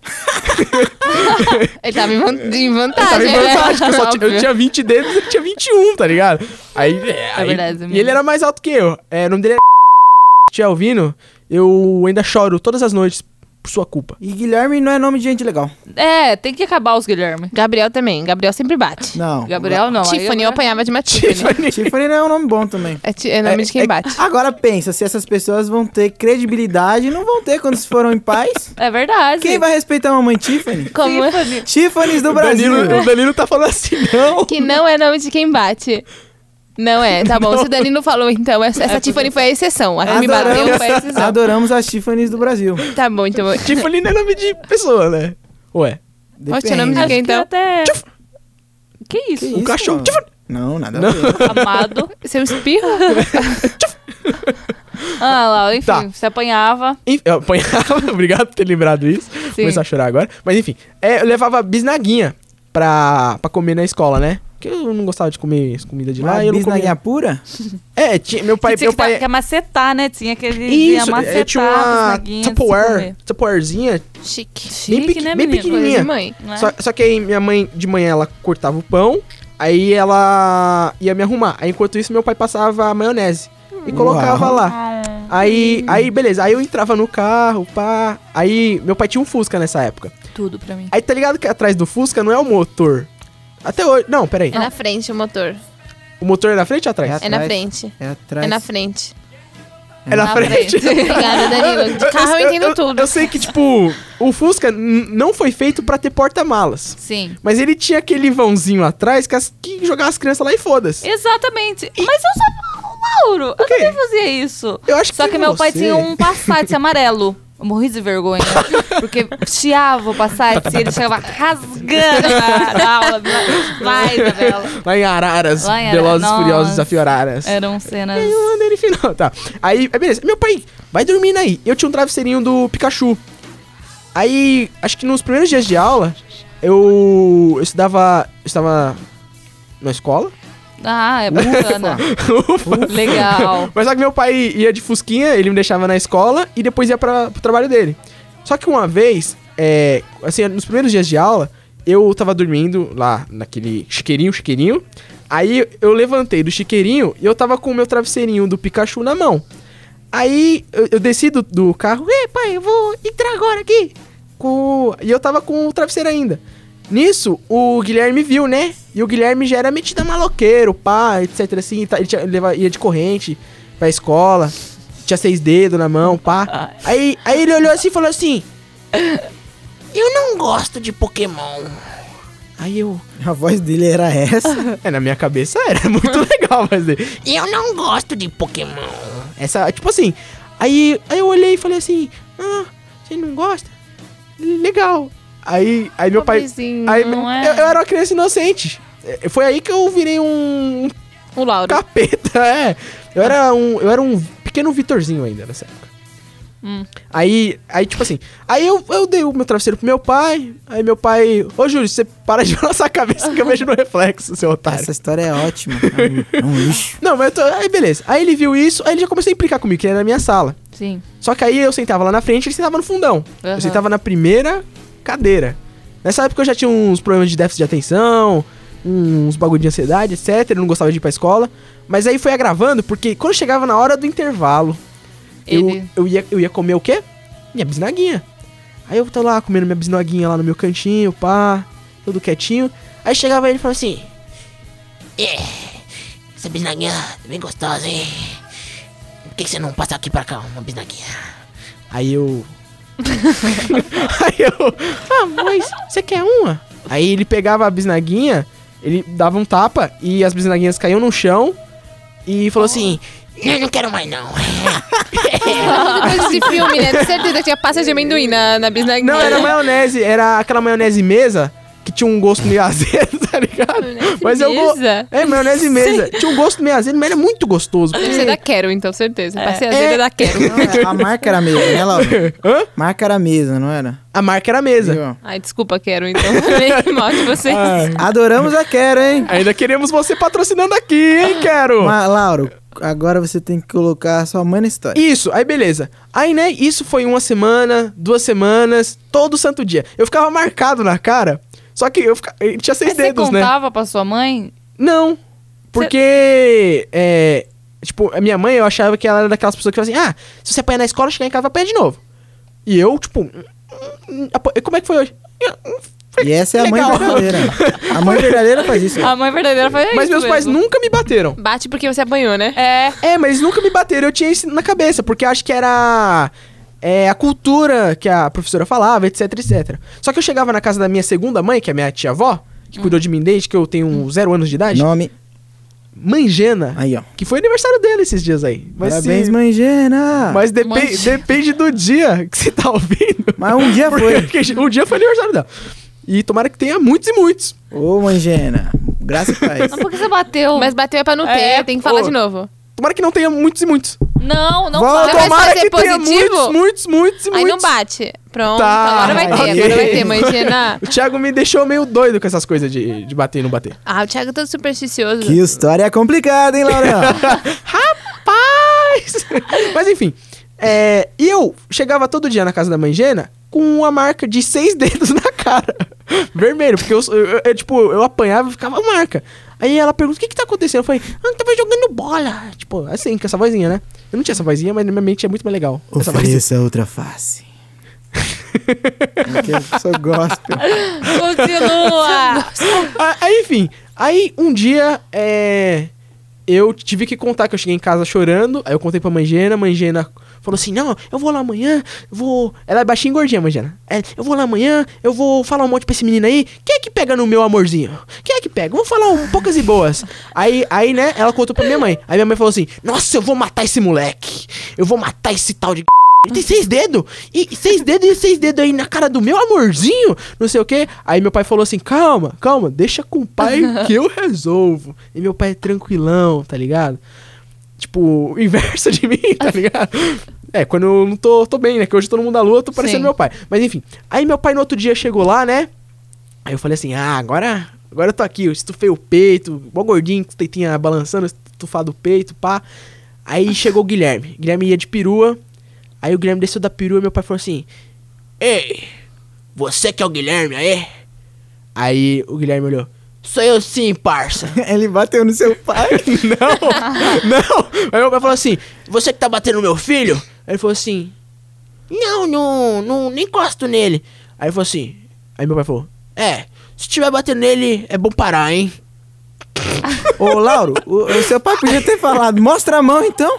S6: Ele tava em van- em
S3: Eu tava
S6: vantagem.
S3: em
S6: né?
S3: vantagem, porque eu, só ti- eu
S6: Óbvio.
S3: tinha 20 dedos e ele tinha 21, tá ligado? Aí, é, aí-
S2: verdade,
S3: e ele
S2: mesmo.
S3: era mais alto que eu. É, o nome dele era Tiago Vino. Eu ainda choro todas as noites por sua culpa.
S1: E Guilherme não é nome de gente legal.
S2: É, tem que acabar os Guilherme.
S6: Gabriel também. Gabriel sempre bate.
S1: Não.
S2: Gabriel não. aí
S6: Tiffany, eu apanhava de uma
S3: Tipo,
S6: Tiffany.
S1: Tiffany não é um nome bom também.
S6: É, ti- é nome de
S3: É-
S6: quem bate.
S1: Agora pensa, se essas pessoas vão ter credibilidade, não vão ter quando se foram em paz.
S2: É verdade. é?
S1: Quem vai respeitar a mamãe Tiffany?
S6: Como...
S1: Tiffany's do
S3: O
S1: Brasil.
S3: Danilo, o Danilo tá falando assim, não.
S6: Que não é nome de quem bate. Não é, tá bom. Se o Danilo falou, então, essa, essa Tiffany foi a exceção. A que me bateu
S1: Adoramos,
S6: foi a exceção.
S1: adoramos as Tiffany's do Brasil.
S6: Tá bom, então.
S3: Tiffany não é nome de pessoa, né? Ué,
S6: Qual que é o nome
S1: Depende.
S2: Acho
S6: Quem
S2: que
S6: então?
S2: até... Que isso?
S1: Que
S3: um
S1: isso,
S3: cachorro.
S1: mano?
S3: Tiffany.
S1: Não, nada
S3: Não.
S1: a ver.
S2: Amado.
S6: Seu é um espirro?
S2: Ah, Lauro, enfim,
S3: Tá.
S2: você apanhava.
S3: Enfim, eu apanhava, obrigado por ter lembrado isso. Vou começar a chorar agora. Mas enfim, é, eu levava bisnaguinha pra, pra comer na escola, né? Porque eu não gostava de comer comida de lá.
S1: Uma
S3: e eu não comia.
S1: Ah, bisnaguinha pura?
S3: É, tinha, meu pai.
S2: Que tinha
S3: Meu
S2: que, tar-
S3: pai
S2: que amacetar, né? Tinha aquele
S3: isso,
S2: amacetar
S3: é, tinha uma
S2: os neguinhos antes de
S3: Tupperware.
S2: comer.
S3: Tupperwarezinha.
S6: Chique.
S3: Bem,
S2: Chique,
S3: pequ-
S2: né,
S3: bem
S2: menino?
S6: Coisa de
S3: pequenininha.
S6: mãe.
S2: Não é?
S3: Só, só que aí minha mãe, de manhã, ela cortava o pão. Aí ela ia me arrumar. Aí enquanto isso, meu pai passava a maionese. E colocava
S1: Uau.
S3: lá. Aí, aí, beleza. Aí eu entrava no carro, pá. Aí, meu pai tinha um Fusca nessa época.
S2: Tudo pra mim.
S3: Aí tá ligado que atrás do Fusca não é o motor. Até hoje. Não, peraí.
S6: É na frente o motor.
S3: O motor é na frente ou atrás?
S1: É
S6: É na
S1: atrás.
S6: frente.
S1: É atrás.
S6: É na frente.
S3: É, na, frente.
S6: Obrigada, Danilo. De carro eu entendo tudo.
S3: Eu sei que, tipo, o Fusca n- não foi feito pra ter porta-malas.
S2: Sim.
S3: Mas ele tinha aquele vãozinho atrás que, as- que jogava as crianças lá e foda-se.
S2: Exatamente. Mas eu só... Lauro, eu
S3: quê?
S2: também fazia isso.
S3: Eu acho que
S2: Só que meu pai
S3: você-
S2: tinha um Passat amarelo. Eu morri de vergonha. Porque chiava o Passat e ele chegava rasgando na, na aula. Vai, Isabela.
S3: Lá em Araras,
S2: Lá em Ara-
S3: Velozes e
S2: Nossa. É.
S3: Furiosos, Desafio Araras.
S2: Eram cenas.
S3: Eu andei no final, tá. Aí, é beleza. Meu pai, vai dormindo aí. Eu tinha um travesseirinho do Pikachu. Aí, acho que nos primeiros dias de aula, eu, eu estudava, eu estava na escola.
S2: Ah, é bacana. Legal.
S3: Mas só que meu pai ia de fusquinha, ele me deixava na escola e depois ia pra, pro trabalho dele. Só que uma vez, é, assim, nos primeiros dias de aula, eu tava dormindo lá naquele chiqueirinho, chiqueirinho. Aí eu levantei do chiqueirinho e eu tava com o meu travesseirinho do Pikachu na mão. Aí eu, eu desci do, do carro, ei pai, eu vou entrar agora aqui. Com... E eu tava com o travesseiro ainda. Nisso, o Guilherme viu, né? E o Guilherme já era metido a maloqueiro, pá, etc. Assim, tá- ele, tinha- ele leva- ia de corrente pra escola, tinha seis dedos na mão, pá. Aí, aí ele olhou assim e falou assim: Eu não gosto de Pokémon. Aí eu.
S1: A voz dele era essa.
S3: É, na minha cabeça era muito legal fazer. Eu não gosto de Pokémon. Essa, tipo assim. Aí, aí eu olhei e falei assim: Ah, você não gosta? Legal. Aí, aí meu pai.
S6: Pobrezinho,
S3: Aí,
S2: não é?
S3: eu, eu era uma criança inocente. É, Foi aí que eu virei um, um
S6: O Lauro.
S3: capeta, é. Eu era um, eu era um pequeno Vitorzinho ainda nessa época.
S2: Hum.
S3: Aí, aí, tipo assim, aí eu, eu dei o meu travesseiro pro meu pai, aí meu pai, ô Júlio, você para de balançar a cabeça que eu vejo no reflexo, seu otário.
S1: Essa história é ótima. É um, é um lixo.
S3: Não, mas eu tô, aí beleza. Aí ele viu isso, aí ele já começou a implicar comigo, que ele era na minha sala.
S2: Sim.
S3: Só que aí eu sentava lá na frente, ele sentava no fundão.
S2: Aham.
S3: Eu sentava na primeira cadeira. Nessa época eu já tinha uns problemas de déficit de atenção, uns bagulho de ansiedade, etc. Eu não gostava de ir pra escola. Mas aí foi agravando, porque quando chegava na hora do intervalo, eu,
S2: Ele-
S3: eu, ia, eu ia comer o quê? Minha bisnaguinha. Aí eu tô lá comendo minha bisnaguinha lá no meu cantinho, pá, tudo quietinho. Aí chegava ele e falava assim:
S7: Essa bisnaguinha é bem gostosa, hein? Por que que você não passa aqui pra cá uma bisnaguinha?
S3: Aí eu. aí eu. Ah, mas você quer uma? Aí ele pegava a bisnaguinha, ele dava um tapa e as bisnaguinhas caíam no chão e falou assim:
S7: Eu não quero mais, não.
S6: Depois desse filme, né? Com certeza tinha pasta de amendoim na, na bisnaguinha.
S3: Não, era maionese, era aquela maionese mesa que tinha um gosto meio azedo, tá ligado? mas eu go-
S6: mesa?
S3: É, maionese mesa. Tinha um gosto meio azedo, mas era muito gostoso. porque-
S6: Você é da Quero, então, certeza. Passei a
S3: É.
S6: é da Quero.
S1: Não, é- a marca era a mesma, né, Laura?
S3: Hã?
S1: Marca era a mesma, não era?
S3: A marca era mesa.
S1: Viu?
S6: Ai, desculpa, Quero, então. Meio mal de vocês.
S1: Adoramos a Quero, hein?
S3: Ainda queremos você patrocinando aqui, hein, quero?
S1: Mas, Lauro, agora você tem que colocar a sua mãe na história.
S3: Isso, aí beleza. Aí, né, isso foi uma semana, duas semanas, todo santo dia. Eu ficava marcado na cara, só que eu fica- ele tinha seis
S2: Mas você
S3: dedos, né?
S2: contava pra sua mãe?
S3: Não, porque, é, tipo, a minha mãe, eu achava que ela era daquelas pessoas que falam assim, ah, se você apanhar na escola, chegar em casa, vai apanhar de novo. E eu, tipo, "Hum, hum, apo- como é que foi hoje?
S1: E essa é a mãe
S3: Legal.
S1: verdadeira. A mãe verdadeira faz isso.
S2: A mãe verdadeira faz
S3: Mas
S2: É isso
S3: meus pais
S2: mesmo.
S3: nunca me bateram.
S6: Bate porque você apanhou, né?
S2: É,
S3: É, mas eles nunca me bateram, eu tinha isso na cabeça, porque acho que era é, a cultura que a professora falava, etc, etc. Só que eu chegava na casa da minha segunda mãe, que é a minha tia-avó,
S6: Hum.
S3: que cuidou de mim desde que eu tenho zero anos de idade.
S1: Nome.
S3: Mãe Gena,
S1: Aí, ó.
S3: que foi aniversário dela esses dias aí. Mas
S1: Parabéns,
S3: se-
S1: mãe Gena. Mas,
S3: Mas depen-
S2: Mãe Gena.
S3: depende do dia que você tá ouvindo.
S1: um dia foi.
S3: Porque um dia foi aniversário dela. E tomara que tenha muitos e muitos.
S1: Ô, mãe Gena. Graças a Deus.
S2: mas por que você bateu?
S6: Mas bateu é pra não ter,
S2: É,
S6: tem que falar
S3: pô.
S6: de novo.
S3: Tomara que não tenha muitos e muitos.
S2: Não, não
S1: Volta,
S2: fala.
S6: Mas
S3: tomara
S6: vai ser
S3: que tenha
S6: positivo?
S3: muitos, muitos, muitos e
S6: Aí
S3: muitos.
S6: não bate. Pronto, então
S3: Tá,
S6: agora vai ter,
S3: ok.
S6: agora vai ter, mãe Gina.
S3: O Thiago me deixou meio doido com essas coisas de, de bater e não bater.
S6: Ah, o Thiago é todo supersticioso.
S1: Que história complicada, hein, Laura?
S3: Rapaz! Mas enfim. é, e eu chegava todo dia na casa da mãe Gena com uma marca de seis dedos na cara. Vermelho, porque eu, eu- eu, tipo, eu apanhava e ficava marca. Aí ela pergunta, o que que tá acontecendo? Eu falei, ah, eu tava jogando bola. Tipo, assim, com essa vozinha, né? Eu não tinha essa vozinha, mas na minha mente é muito mais legal. Essa vozinha.
S1: Ofereça outra face. Porque É eu sou gospel.
S2: Continua.
S3: Ah, Aí, enfim. Aí, um dia, é... Eu tive que contar que eu cheguei em casa chorando. Aí eu contei pra mãe Gena. A mãe Gena falou assim, não, eu vou lá amanhã, eu vou... Ela é baixinha e gordinha, mãe Gena. É, eu vou lá amanhã, eu vou falar um monte pra esse menino aí. Quem é que pega no meu amorzinho? Quem é que pega? Vamos falar um poucas e boas. Aí, aí, né, ela contou pra minha mãe. Aí minha mãe falou assim, nossa, eu vou matar esse moleque. Eu vou matar esse tal de... Ele tem seis dedos! E e seis dedos e seis dedos aí na cara do meu amorzinho! Não sei o quê. Aí meu pai falou assim: calma, calma, deixa com o pai que eu resolvo. E meu pai é tranquilão, tá ligado? Tipo, o inverso de mim, tá ligado? É, quando eu não tô, tô bem, né? Que hoje todo mundo da lua, eu tô parecendo
S2: Sim.
S3: meu pai. Mas enfim. Aí meu pai no outro dia chegou lá, né? Aí eu falei assim: ah, agora, agora eu tô aqui. Eu estufei o peito, mó gordinho, com tetinha balançando, estufado o peito, pá. Aí chegou o Guilherme. Guilherme ia de perua. Aí o Guilherme desceu da perua e meu pai falou assim:
S7: Ei, você que é o Guilherme aí?
S3: Aí o Guilherme olhou.
S7: Sou eu sim, parça.
S1: Ele bateu no seu pai.
S3: não, não. Aí meu pai falou assim,
S7: Você que tá batendo no meu filho?
S3: aí ele falou assim,
S7: Não, não, não, nem encosto nele.
S3: aí ele falou assim, aí meu pai falou,
S7: É, se tiver batendo nele, é bom parar, hein?
S1: Ô, Lauro, o, o seu pai podia ter falado. Mostra a mão, então.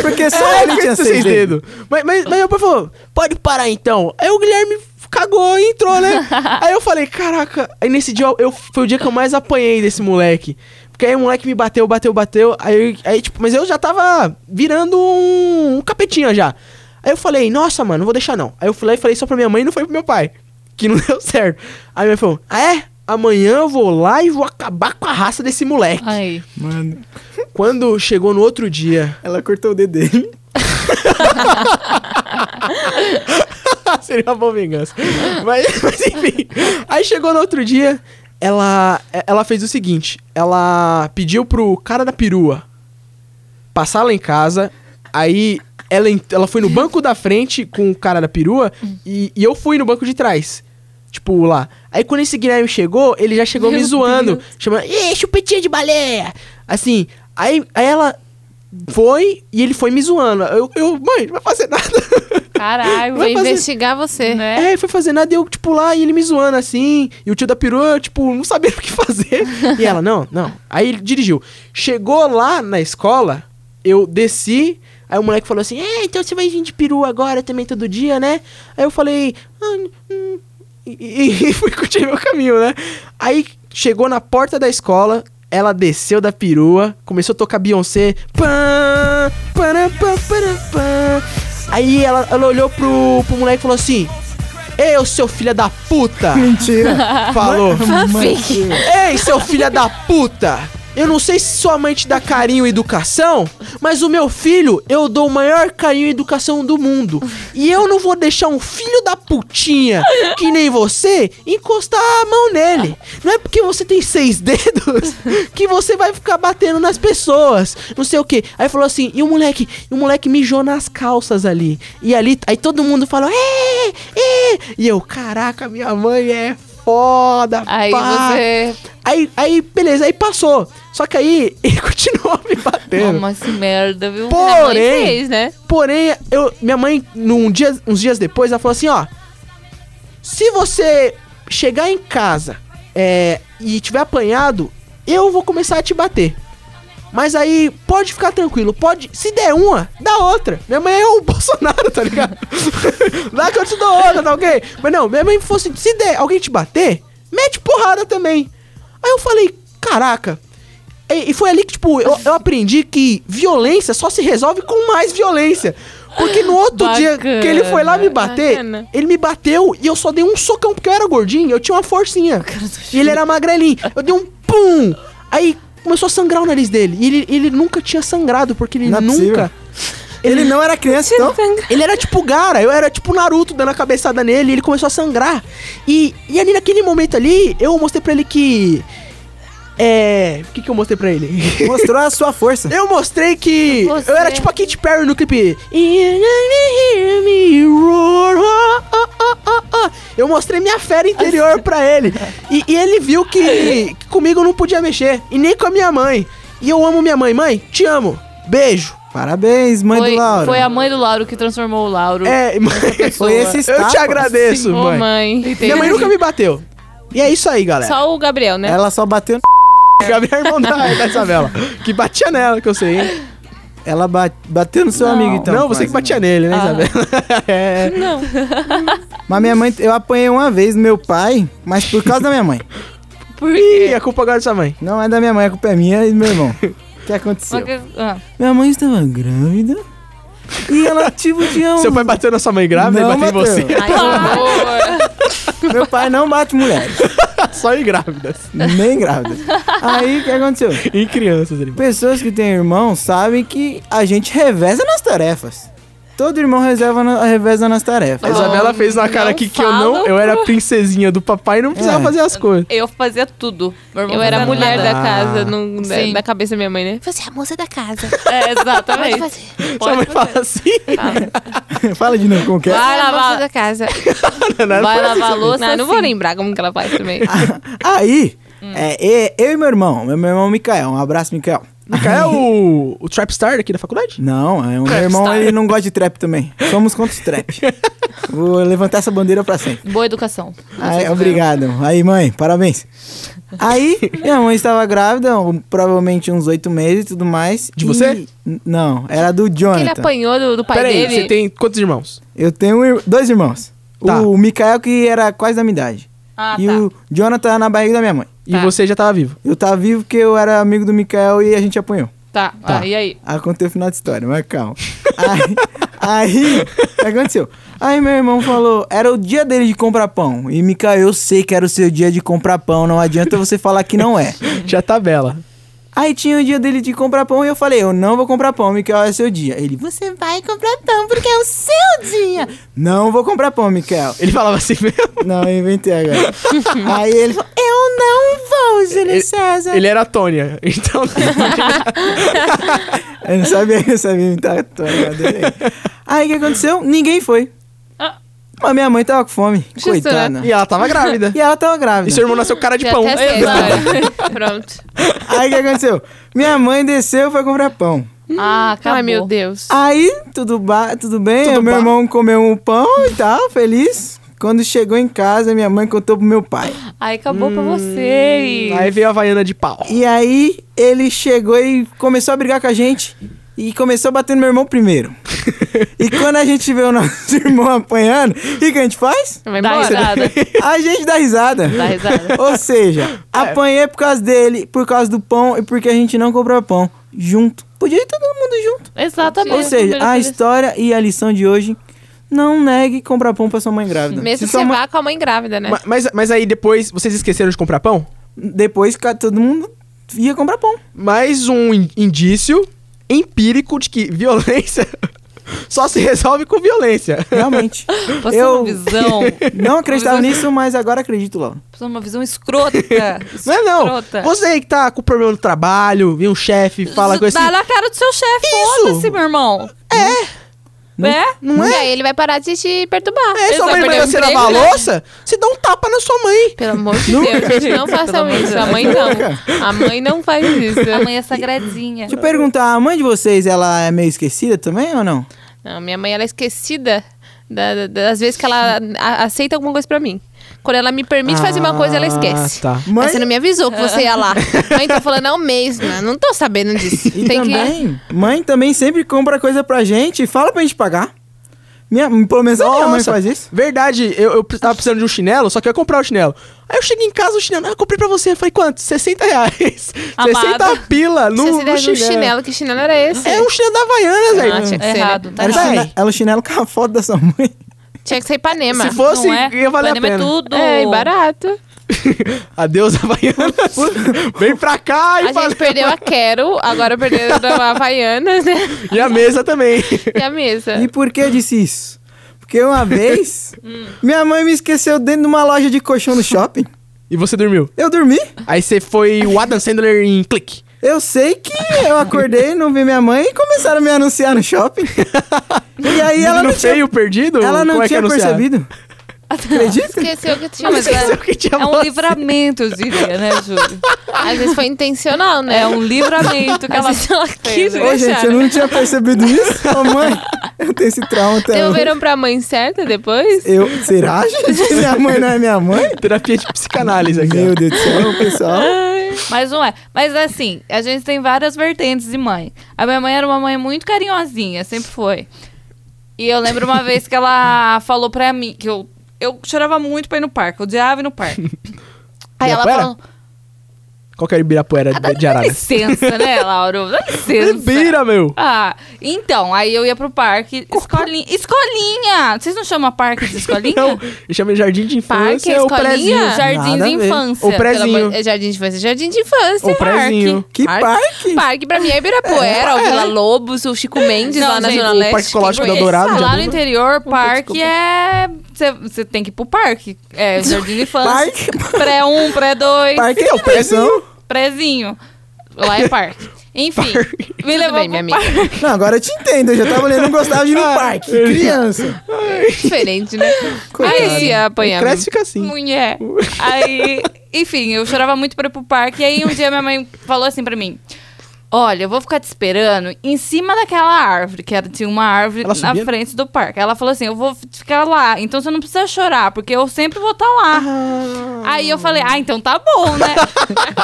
S1: Porque só
S3: é,
S1: ele tinha seis dedos.
S3: Mas, mas, mas meu pai falou, pode parar então. Aí o Guilherme cagou e entrou, né? aí eu falei, caraca, aí nesse dia eu- eu, foi o dia que eu mais apanhei desse moleque. Porque aí o moleque me bateu, bateu, bateu. Aí, aí tipo, mas eu já tava virando um, um capetinha já. Aí eu falei, nossa, mano, não vou deixar não. Aí eu fui lá e falei só pra minha mãe e não foi pro meu pai. Que não deu certo. Aí minha mãe falou, ah é? Amanhã eu vou lá e vou acabar com a raça desse moleque.
S2: Aí.
S1: Mano,
S3: Quando chegou no outro dia,
S1: ela cortou o dedo dele.
S3: Seria uma boa vingança. Mas, mas enfim. Aí chegou no outro dia, ela, ela fez o seguinte: ela pediu pro cara da perua passar lá em casa. Aí ela, ent- ela foi no banco da frente com o cara da perua e, e eu fui no banco de trás. Tipo, lá. Aí quando esse Guilherme chegou, ele já chegou me zoando, chamando, Ih, chupetinha de baleia! Assim, aí, aí ela foi e ele foi me zoando. Eu, eu mãe, não vai fazer nada.
S2: Caralho,
S3: Vai
S6: Vou
S3: fazer-
S6: investigar você.
S2: né?
S3: É, ele foi fazer nada e eu, tipo, lá, e ele me zoando assim. E o tio da perua, tipo, não sabia o que fazer. e ela, não, não. Aí ele dirigiu. Chegou lá na escola, eu desci. Aí o moleque falou assim: É, então você vai vir de peru agora também todo dia, né? Aí eu falei: ah, hum. E, e- e fui curtir meu caminho, né? Aí chegou na porta da escola, ela desceu da perua, começou a tocar Beyoncé. Pã, pará, pá, pará, pá. Aí ela, ela olhou pro, pro moleque e falou assim: Ei, ô, seu filho da puta!
S1: Mentira.
S3: Falou.
S1: Fanfic.
S3: Ei, seu filho da puta! Eu não sei se sua mãe te dá carinho e educação, mas o meu filho, eu dou o maior carinho e educação do mundo. E eu não vou deixar um filho da putinha, que nem você, encostar a mão nele. Não é porque você tem seis dedos que você vai ficar batendo nas pessoas. Não sei o quê. Aí falou assim, e o moleque, e o moleque mijou nas calças ali. E ali, aí todo mundo falou, é, é. E eu, caraca, minha mãe é foda,
S2: Aí
S3: pá.
S2: você.
S3: Aí, aí, beleza, aí passou. Só que aí ele continuou me batendo.
S2: Toma esse merda, viu?
S3: Porém-
S2: Minha mãe fez, né?
S3: Porém, eu, minha mãe, num dia, uns dias depois, ela falou assim, ó. Se você chegar em casa é, e tiver apanhado, eu vou começar a te bater. Mas aí, pode ficar tranquilo, pode. Se der uma, dá outra. Minha mãe é o Bolsonaro, tá ligado? Dá que eu te dou outra, tá ok? Mas não, minha mãe falou assim: se der alguém te bater, mete porrada também. Aí eu falei, caraca. E, e foi ali que, tipo, eu, eu aprendi que violência só se resolve com mais violência. Porque no outro dia que ele foi lá me bater,
S6: Bacana.
S3: ele me bateu e eu só dei um socão, porque eu era gordinho, eu tinha uma forcinha. E ele era magrelinho. Eu dei um pum! Aí começou a sangrar o nariz dele. E ele, ele nunca tinha sangrado, porque ele
S1: Não é
S3: nunca.
S1: possível. Ele não era criança, então.
S3: Ele era tipo Gara, eu era tipo Naruto dando a cabeçada nele e ele começou a sangrar. E, e ali naquele momento ali, eu mostrei pra ele que. É. O que, que eu mostrei pra ele?
S1: Mostrou a sua força.
S3: eu mostrei que.
S2: Você.
S3: Eu era tipo a Katy Perry no clipe. "You gonna hear me roar, oh, oh, oh, oh, oh." Eu mostrei minha fera interior pra ele. E, e ele viu que, que comigo não podia mexer. E nem com a minha mãe. E eu amo minha mãe. Mãe, te amo. Beijo.
S1: Parabéns, mãe
S2: Foi,
S1: do Lauro.
S2: foi a mãe do Lauro que transformou o Lauro.
S3: É, mãe.
S1: Foi esse
S3: Eu
S1: estado.
S3: te agradeço,
S6: Ô,
S3: mãe.
S6: mãe.
S3: Minha mãe é. nunca me bateu. E é isso aí, galera.
S6: Só o Gabriel, né?
S1: Ela só bateu no...
S3: Gabriel é irmão da, da Isabela. Que batia nela, que eu sei, hein?
S1: Ela ba- bateu no seu amigo, então. Ah.
S3: não, você que
S1: quase.
S3: batia nele, né, Isabela? É.
S1: Mas minha mãe... Eu apanhei uma vez do meu pai, mas por causa da minha mãe.
S2: Por
S3: Ih,
S2: quê?
S3: a culpa agora é da sua mãe.
S1: Não é da minha mãe, a culpa é minha e do meu irmão. O que aconteceu?
S2: Porque- ah,
S1: Minha mãe estava grávida e ela tipo tinha um...
S3: Seu pai bateu na sua mãe grávida
S1: Não
S3: e bateu em você.
S1: bateu.
S2: Ai, que horror.
S1: Meu pai não bate mulheres,
S3: Só em grávidas.
S1: nem grávidas. Aí, o que aconteceu?
S3: Em crianças, ele.
S1: Pessoas que têm irmão sabem que a gente reveza nas tarefas. Todo irmão reserva na- reveza nas
S3: A
S1: tarefas.
S3: Isabela fez uma cara
S2: não
S3: aqui que eu não.
S2: falo.
S3: Eu era a princesinha do papai e não precisava
S1: É.
S3: fazer as coisas.
S2: Eu fazia tudo. Meu irmão
S6: Eu era a
S2: fazia
S6: mulher
S2: nada.
S6: da casa, não- da,
S2: Sim.
S6: da cabeça da minha mãe, né?
S7: Você é a moça da casa.
S2: É,
S7: Pode
S2: exatamente.
S7: fazer.
S3: Sua mãe
S2: Pode fazer.
S3: fala assim.
S1: Fala de novo como que é.
S2: Vai
S6: Ela é a moça
S2: lavar,
S6: da casa.
S3: Não,
S2: vai
S3: não
S2: lavar a louça.
S6: Não, eu não vou
S2: sim.
S6: lembrar como que ela faz também.
S1: Aí, é, e- eu e meu irmão, meu meu irmão Mikael, um abraço, Mikael.
S6: Tá.
S3: Micael é o, o Trapstar daqui da faculdade?
S1: Não, é, o meu irmão ele não gosta de trap também. Somos contra os trap. Vou levantar essa bandeira pra sempre.
S2: Boa educação.
S1: Aí, obrigado. Aí, mãe, parabéns. Aí, minha mãe estava grávida, um- provavelmente uns oito meses e tudo mais.
S3: De
S1: e-
S3: você?
S1: N- Não, era do
S6: Que ele
S1: Jonathan.
S6: apanhou do, do pai
S3: Peraí,
S6: dele.
S3: você tem quantos irmãos?
S1: Eu tenho um ir- dois irmãos.
S3: Tá.
S1: O Mikael, que era quase da minha idade.
S2: Ah,
S1: e
S2: tá.
S1: o Jonathan na barriga da minha mãe.
S3: E
S2: Tá.
S3: você já tava vivo.
S1: Eu tava vivo porque eu era amigo do Mikael e a gente apanhou.
S2: Tá, ah, e aí?
S1: Aí eu contei o final da história, mas calma. Aí, aí, o que aconteceu? Aí meu irmão falou, era o dia dele de comprar pão. E Mikael, eu sei que era o seu dia de comprar pão, não adianta você falar que não é.
S3: Já tá bela.
S1: Aí tinha o dia dele de comprar pão e eu falei, eu não vou comprar pão, Miquel, é seu dia. Ele, você vai comprar pão porque é o seu dia. não vou comprar pão, Miquel.
S3: Ele falava assim mesmo.
S1: Não, eu inventei agora. Aí ele falou, eu não vou, Júlio
S3: Ele-
S1: César.
S3: Ele é- era a Tônia. Então,
S1: Eu não sabia, eu sabia imitar a Tony, eu adorei. Aí o que aconteceu? Ninguém foi.
S2: Ah.
S1: Mas minha mãe tava com fome,
S2: Justo,
S1: coitada.
S3: né? e ela tava grávida.
S1: E ela tava grávida.
S3: E seu irmão nasceu cara de
S6: Já
S3: pão.
S6: até sei,
S2: Exato.
S6: vai. Pronto.
S1: Aí o que aconteceu? Minha mãe desceu e foi comprar pão.
S2: Ah,
S3: Hum.
S2: acabou.
S6: Ai, meu Deus.
S1: Aí, tudo, ba tudo bem,
S3: Tudo
S1: meu
S3: ba-
S1: irmão comeu um pão e tal, feliz. Quando chegou em casa, minha mãe contou pro meu pai.
S2: Aí acabou
S3: Hum.
S2: pra vocês.
S3: Aí veio a Havaiana de pau.
S1: E aí, ele chegou e começou a brigar com a gente. E começou batendo meu irmão primeiro. e quando a gente vê o nosso irmão apanhando, o que que a gente faz?
S6: Vai
S2: Dá
S6: embora.
S2: risada.
S1: A gente dá risada.
S2: Dá risada. É.
S1: Ou seja, apanhei por causa dele, por causa do pão e porque a gente não comprou pão. Junto. Podia ir todo mundo junto.
S2: Exatamente.
S1: Ou seja, a
S2: é Primeiro
S1: história e a lição de hoje, não negue comprar pão pra sua mãe grávida.
S6: Mesmo
S1: Se
S6: que
S1: sua
S6: você
S1: mãe-
S6: vá com a mãe grávida, né?
S3: Ma- Mas, mas aí depois, vocês esqueceram de comprar pão?
S1: Depois ca- todo mundo ia comprar pão.
S3: Mais um in- indício empírico de que violência só se resolve com violência.
S1: Realmente.
S2: que Você é
S1: Eu-
S2: uma visão.
S1: Não acreditava
S2: Mas eu-
S1: nisso, mas agora acredito, Laura.
S2: Você é uma visão escrota.
S3: Não é não.
S2: Escrota.
S3: Você aí que tá com problema no trabalho, vem um chefe, fala com esse...
S2: Dá na cara do seu chefe.
S3: Isso.
S2: Foda-se, meu irmão. É. É?
S3: Não
S6: E
S3: é?
S6: aí ele vai parar de te perturbar.
S3: É, sua
S2: vai
S3: mãe
S2: perder
S3: manda
S2: o
S3: você
S2: emprego,
S3: lavar a
S2: né?
S3: louça, você dá um tapa na sua mãe.
S6: Pelo amor de Deus, gente, não façam
S2: amor de
S6: isso. A
S2: Deus.
S6: mãe não. A mãe não faz isso.
S2: A mãe é sagradinha.
S1: Deixa
S3: Tipo,
S1: eu perguntar, a mãe de vocês, ela é meio esquecida também ou não?
S6: Não, minha mãe ela é esquecida da- da- das vezes que ela a- aceita alguma coisa pra mim. Quando ela me permite fazer uma coisa, ela esquece.
S3: tá.
S6: Mas você não me avisou que você ia lá. Mãe tá falando, não mesma, não tô sabendo disso.
S1: E
S6: Tem que.
S1: também, mãe também sempre compra coisa pra gente e fala pra gente pagar. Minha, pelo menos a minha mãe
S3: Nossa,
S1: faz isso.
S3: Verdade, eu, eu tava precisando de um chinelo, só que eu ia comprar o chinelo. Aí eu cheguei em casa, o chinelo, ah, eu comprei pra você. Eu falei, quanto? 60 reais.
S2: Amada.
S3: 60 pila no,
S6: Você se
S3: no
S6: der um
S3: chinelo.
S6: chinelo, que chinelo era esse?
S3: É um chinelo da Havaianas, velho.
S6: Ah, tinha que
S2: É
S6: ser.
S2: errado.
S6: né?
S2: Tá
S1: Ela,
S2: errado.
S1: china- ela o chinelo com a foto da sua mãe.
S6: Tinha que ser Ipanema.
S3: Se fosse,
S2: Não é?
S3: ia valer a
S2: Panema
S3: pena.
S2: é tudo.
S6: É, e barato.
S3: Adeus, Havaianas. Vem pra cá
S6: A
S3: e fala-
S6: gente perdeu a Quero, agora perdeu a Havaianas, né?
S3: E a mesa também.
S6: E a mesa.
S3: É.
S1: E por que eu disse isso? Porque uma vez,
S3: Hum.
S1: minha mãe me esqueceu dentro de uma loja de colchão no shopping.
S3: E você dormiu.
S1: Eu dormi.
S3: Aí você foi o Adam Sandler em clique.
S1: Eu sei que eu acordei, não vi minha mãe e começaram a me anunciar no shopping. E aí ela
S3: no
S1: não tinha,
S3: feio perdido?
S1: ela não
S3: Como é que
S1: tinha
S3: anunciaram?
S1: percebido. Acredita?
S6: Esqueceu que tinha
S2: Não, mas
S6: uma
S2: é,
S3: Esqueceu que tinha
S2: é um
S3: você.
S2: livramento, eu diria, né, Júlio?
S6: é, Às vezes foi intencional, né?
S2: É um livramento que
S6: Às
S2: ela
S6: vezes ela
S2: fez.
S6: quis,
S2: né?
S1: Ô, gente, eu não tinha percebido isso. Ô, mãe, eu tenho esse trauma até hoje.
S6: Devolveram pra mãe certa depois?
S1: Eu, será, gente? Minha mãe não é minha mãe?
S3: Terapia de psicanálise aqui.
S1: Meu Deus do céu, pessoal.
S2: Mas não é. Mas assim, a gente tem várias vertentes de mãe. A minha mãe era uma mãe muito carinhosinha, sempre foi. E eu lembro uma vez que ela falou pra mim que eu, eu chorava muito pra ir no parque, eu odiava ir no parque. Aí ela
S3: Ibirapuera?
S2: falou:
S3: Qual que era o Ibirapuera
S2: ah, dá,
S3: de, de
S2: dá
S3: Arara?
S2: licença, né, Lauro? Dá licença.
S3: Ibira, meu.
S2: Ah, então, aí eu ia pro parque. Escolinha. Escolinha! Vocês não chamam parque de escolinha?
S3: Não, eu chamo de jardim de
S6: Parque,
S3: infância, é o
S6: escolinha?
S3: prézinho.
S6: Nada
S1: a
S2: Jardim de
S1: ver.
S2: infância.
S3: O pré-
S6: Pelo amor-
S3: Prezinho.
S6: é jardim de infância, jardim de infância.
S3: O
S6: é
S3: prezinho.
S6: Parque.
S1: Que parque?
S6: Parque pra mim é Ibirapuera, o Vila Lobos, o Chico Mendes
S2: Não,
S6: lá na
S2: gente,
S6: Zona
S2: o
S6: Leste.
S3: Parque Ecológico
S6: Quem
S3: da
S6: conhece?
S3: Dourado.
S2: Ah, lá
S3: já
S2: no
S3: viu?
S2: interior, parque é. Você tem que ir pro parque. É jardim de infância. Pré 1, pré 2,
S1: Parque é o pressão.
S2: prézinho. Lá é parque. Enfim, me
S6: Tudo
S2: levou
S6: bem,
S2: pro
S6: minha amiga.
S2: parque.
S1: Não, agora eu te entendo. Eu já tava olhando, não gostava de ir no
S3: Ah,
S1: parque. Criança.
S6: Diferente, né? Aí se apanhamos.
S3: Cresce fica assim.
S2: Mulher. Aí, enfim, eu chorava muito pra ir pro parque. E aí um dia minha mãe falou assim pra mim: Olha, eu vou ficar te esperando em cima daquela árvore, que era, tinha uma árvore
S3: Ela
S2: na
S3: subia?
S2: frente do parque. Ela falou assim: Eu vou ficar lá, então você não precisa chorar, porque eu sempre vou estar lá. Aí eu falei, ah, então tá bom, né?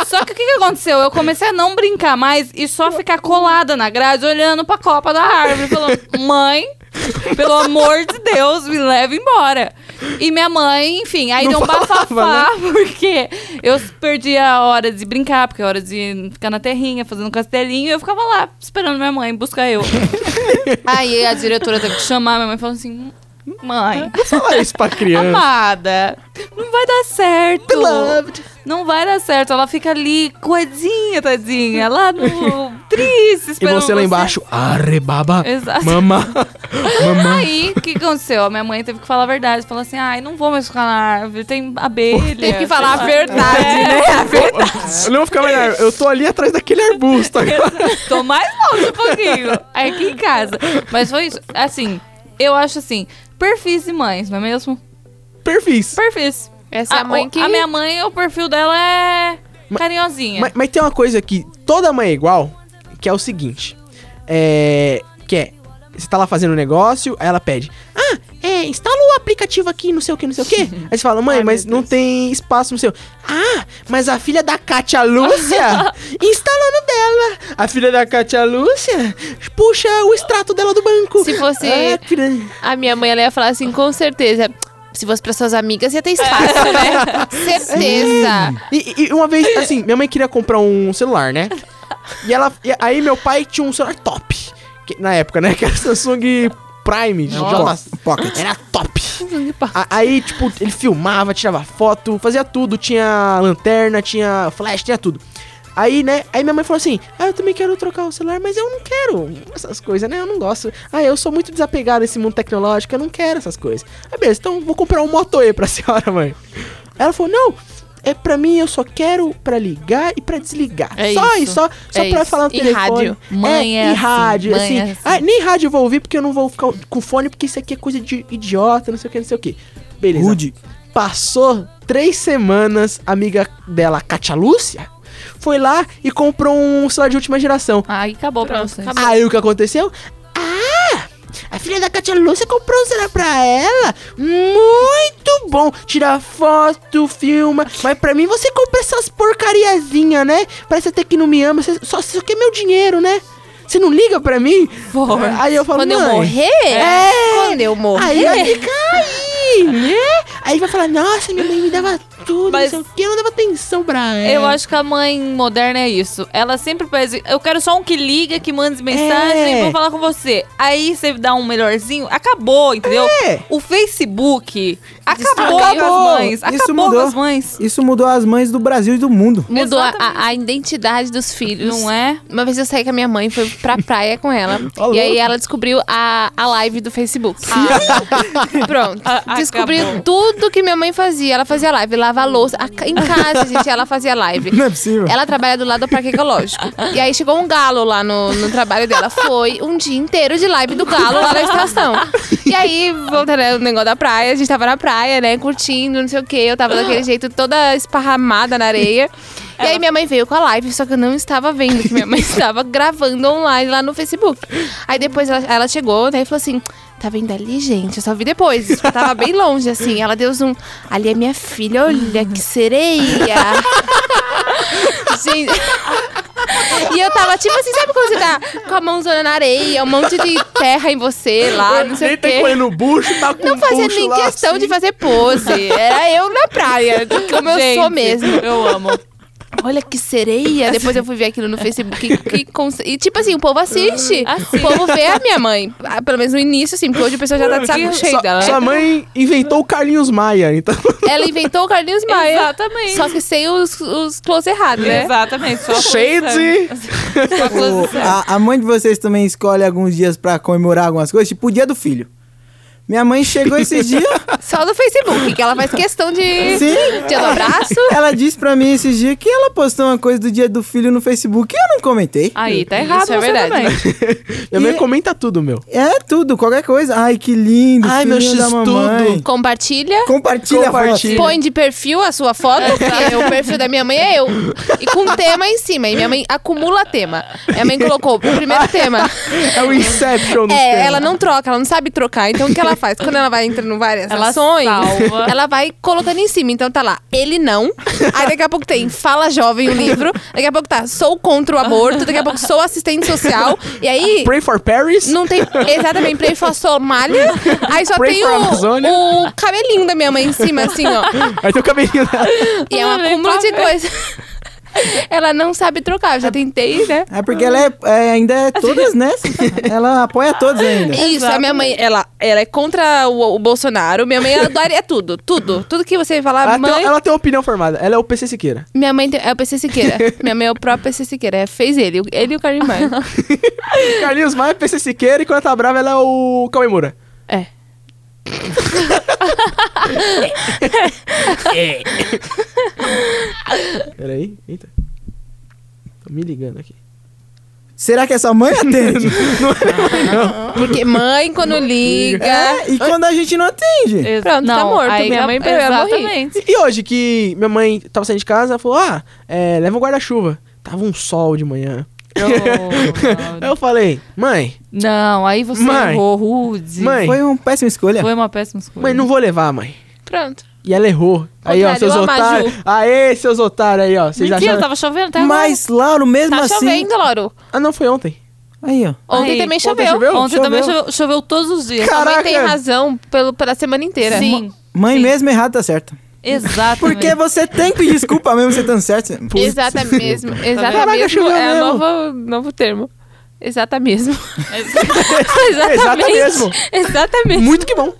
S2: só que o que, que aconteceu? Eu comecei a não brincar mais e só ficar colada na grade, olhando pra copa da árvore, falando, mãe, pelo amor de Deus, me leva embora. E minha mãe, enfim, aí deu um bafafá,
S3: né?
S2: porque eu perdi a hora de brincar, porque a hora de ficar na terrinha, fazendo castelinho, e eu ficava lá esperando minha mãe buscar eu. aí a diretora teve que chamar, minha mãe falou assim, mãe.
S3: Fala isso pra criança.
S2: Amada, não vai dar certo. Não vai dar certo. Ela fica ali, coadinha, tadinha, lá no. triste,
S3: E
S2: esperando.
S3: você lá embaixo, arrebaba,
S2: Exato.
S3: mama.
S2: É Aí, o que aconteceu? A minha mãe teve que falar a verdade. Falou assim: ai, não vou mais ficar na árvore, tem abelha.
S6: Tem que
S2: sei lá.
S6: falar
S2: É.
S6: a verdade, né? A verdade.
S3: Eu não vou ficar mais na árvore, eu tô ali atrás daquele arbusto agora.
S2: Tô mais longe um pouquinho. É aqui em casa. Mas foi isso. Assim, eu acho assim: perfis de mães, não é mesmo?
S3: Perfis.
S2: Perfis.
S6: Essa
S2: a,
S6: mãe
S2: o-
S6: que...
S2: a minha mãe, o perfil dela é.
S3: Ma-
S2: carinhosinha.
S3: Mas, mas tem uma coisa que toda mãe é igual, que é o seguinte. É. Que é. Você tá lá fazendo um negócio, aí ela pede. Ah, é, instala o aplicativo aqui, não sei o que, não sei o que. Aí você fala, mãe, mas não tem espaço no seu. Ah, mas a filha da Kátia Lúcia instalou no dela. A filha da Kátia Lúcia puxa o extrato dela do banco.
S6: Se fosse-
S3: Ah, filha-
S6: A minha mãe, ela ia falar assim, com certeza. Se fosse pra suas amigas, ia ter espaço, né? certeza.
S3: E, e uma vez, assim, minha mãe queria comprar um celular, né? E ela. e aí meu pai tinha um celular top. que- na época, né? Que era Samsung Prime. Nossa.
S5: Pocket.
S3: Era top. A- aí, tipo, ele filmava, tirava foto, fazia tudo. Tinha lanterna, tinha flash, tinha tudo. Aí, né? Aí minha mãe falou assim: Ah, eu também quero trocar o celular, mas eu não quero essas coisas, né? Eu não gosto. Ah, eu sou muito desapegado desse mundo tecnológico, eu não quero essas coisas. Aí, beleza, então vou comprar um Moto E pra senhora, mãe. Ela falou: Não, é pra mim, eu só quero pra ligar e pra desligar.
S6: É
S3: só
S6: isso.
S3: e só, só
S6: É
S3: pra
S6: isso.
S3: falar no
S6: E
S3: telefone.
S6: rádio.
S2: Mãe é
S3: e
S2: assim,
S3: rádio,
S2: mãe
S3: assim.
S2: é assim.
S3: Ah, nem rádio eu vou ouvir porque eu não vou ficar com fone, porque isso aqui é coisa de idiota, não sei o que, não sei o que. Beleza.
S5: Rude.
S3: Passou três semanas, a amiga dela, Katia Lúcia, foi lá e comprou um celular de última geração.
S2: Aí acabou pra vocês.
S3: Aí o que aconteceu? Ah! A filha da Katia Lúcia comprou um celular pra ela? Muito bom! Tira foto, filma. Mas pra mim você compra essas porcariazinhas, né? Parece até que não me ama. Você só, só quer meu dinheiro, né? Você não liga pra mim? Aí eu falo,
S6: Quando eu
S3: "Mãe,
S6: morrer?
S3: É.
S6: Quando eu morrer?
S3: Aí vai ficar aí, né? Aí vai falar, nossa, minha mãe me dava tudo,
S2: Mas-
S3: não sei o que, eu não dava atenção pra ela.
S2: Eu acho que a mãe moderna é isso. Ela sempre pede. Eu quero só um que liga, que mande mensagem,
S3: É.
S2: vou falar com você. Aí você dá um melhorzinho, acabou, entendeu?
S3: É.
S2: O Facebook acabou, com
S1: Acabou.
S2: as mães.
S1: Isso
S2: Acabou
S1: mudou.
S2: com as mães.
S1: Isso mudou as mães do Brasil e do mundo.
S6: Mudou a-
S2: Exatamente.
S6: a, a identidade dos filhos.
S2: Não é?
S6: Uma vez eu saí com a minha mãe, fui pra praia com ela.
S3: Ó,
S6: e aí
S3: louco.
S6: ela descobriu a, a live do Facebook.
S1: Ah,
S6: Pronto.
S2: A-
S6: descobriu
S2: acabou.
S6: tudo que minha mãe fazia. Ela fazia live, lavava louça. A ca- em casa, gente, ela fazia live.
S1: Não é possível.
S6: Ela trabalha do lado do parque ecológico. E aí chegou um galo lá no, no trabalho dela. Foi um dia inteiro de live do galo lá na estação. E aí, voltando ao negócio da praia, a gente tava na praia, né? Curtindo, não sei o quê. Eu tava daquele jeito toda esparramada na areia. E aí minha mãe veio com a live, só que eu não estava vendo que minha mãe estava gravando online lá no Facebook. Aí depois ela, ela chegou, né, e falou assim: Tá vendo ali, gente? Eu só vi depois. Eu tava bem longe, assim. Ela deu zoom. Ali é minha filha, olha que sereia. Gente. E eu tava tipo assim, sabe quando você tá com a mãozona na areia, um monte de terra em você lá, não sei o quê.
S3: no bucho, assim. tá com
S6: Não fazia nem questão de fazer pose. Era eu na praia, como eu sou
S2: Gente,
S6: mesmo.
S2: Eu amo.
S6: Olha que sereia. Depois eu fui ver aquilo no Facebook. que- que conce- E tipo assim, o povo assiste.
S2: Ah,
S6: O povo vê a minha mãe. Ah, Pelo menos no início, assim, porque hoje o pessoal já tá de saco cheio dela. né?
S3: Sua mãe inventou o Carlinhos Maia, então.
S6: Ela inventou o Carlinhos Maia.
S2: Exatamente. É.
S6: Só que sem os, os close errados, né?
S2: Exatamente. Só
S3: Shade!
S2: Só coisa
S1: O- Tipo, a, a mãe de vocês também escolhe alguns dias pra comemorar algumas coisas, tipo o dia do filho. Minha mãe chegou esses dias.
S6: Só no Facebook, que ela faz questão de.
S1: Sim.
S6: Dia do abraço.
S1: Ela disse pra mim esses dias que ela postou uma coisa do dia do filho no Facebook e eu não comentei.
S2: Aí, tá
S6: Isso
S2: errado,
S6: é
S2: você
S6: verdade.
S2: também.
S3: Minha
S1: E-
S3: mãe comenta tudo, meu.
S1: É tudo, qualquer coisa. Ai, que lindo.
S3: Ai, meu
S1: filhinho da
S3: X-tudo.
S1: mamãe.
S6: Compartilha.
S1: Compartilha,
S3: Compartilha.
S1: Compartilha.
S6: Põe de perfil a sua foto, porque o perfil da minha mãe é eu. E com tema em cima. E minha mãe acumula tema. Minha mãe colocou o primeiro tema.
S3: É o Inception no
S6: É, ela não troca, ela não sabe trocar. Então o que ela faz? Quando ela vai entrando em várias
S2: Ela
S6: ações,
S2: salva.
S6: ela vai colocando em cima. Então tá lá, ele não. Aí daqui a pouco tem Fala Jovem o livro. Daqui a pouco tá Sou contra o aborto. Daqui a pouco sou assistente social. E aí.
S3: Pray for Paris?
S6: Não tem. Exatamente, pra ele foi a Somália. Aí só
S3: Pray
S6: tem
S3: for Amazônia.
S6: o, o cabelinho da minha mãe em cima, assim, ó.
S3: Aí tem o cabelinho dela.
S6: E é um
S2: Ai,
S6: acúmulo de
S2: tá bem.
S6: coisa. Ela não sabe trocar, eu já tentei, né?
S1: É porque ela é, é- ainda é todas nessa. Ela apoia todos ainda.
S6: Isso, a minha mãe, ela, ela é contra o, o Bolsonaro. Minha mãe, ela daria tudo, tudo. Tudo que você falar,
S3: Ela,
S6: mãe...
S3: tem, ela tem uma opinião formada. Ela é o PC Siqueira.
S6: Minha mãe tem- é o PC Siqueira. minha mãe é o próprio PC Siqueira. é, Fez ele, o- ele e o Carlinhos Maia.
S3: Carlinhos Maia é PC Siqueira e quando ela tá brava, ela é o Cauê Moura.
S6: É.
S3: Peraí, eita. Tô me ligando aqui.
S1: Será que essa mãe atende?
S6: Porque mãe, quando liga...
S1: É, e quando a gente não atende?
S2: Ex-
S6: Pronto, tá morto.
S2: aí
S6: Minha
S2: a-
S6: mãe pegou, ela morri.
S2: Exatamente.
S3: E, e hoje que minha mãe tava saindo de casa, ela falou: Ah, é, leva um guarda-chuva. Tava um sol de manhã. Aí eu falei: Mãe,
S2: não, aí você
S3: Mãe.
S2: errou, rude.
S3: Mãe.
S1: Foi uma péssima escolha.
S2: Foi uma péssima escolha.
S3: mãe, não vou levar, mãe.
S6: Pronto.
S3: E ela errou. Aí, ó,
S6: Contrariou
S3: seus
S6: a Maju.
S3: otários. Aê, seus otários aí, ó. Vocês
S2: Mentira,
S3: acharam.
S2: tava chovendo até
S1: Mas, Lauro, mesmo
S6: Tá
S1: assim.
S6: chovendo, Lauro.
S3: Ah, não, foi ontem.
S1: Aí, ó.
S6: Ontem
S2: Aí,
S6: também
S2: ontem
S6: choveu.
S3: choveu?
S2: agora. Ontem
S1: choveu.
S2: também choveu, choveu todos os dias.
S3: Cara,
S6: Sua mãe tem
S3: Caraca.
S6: razão pelo, pela semana inteira.
S2: Sim,
S1: Mãe mesmo errado tá certo.
S2: exatamente.
S1: Porque é você tem que pedir desculpa mesmo você tá certo. Putz.
S6: Exata mesmo. Exata
S3: Caraca,
S6: mesmo.
S3: choveu
S6: É
S3: mesmo.
S6: o novo, novo termo. Exata mesmo. Exatamente.
S3: Exata mesmo.
S6: Exatamente.
S3: Muito que bom.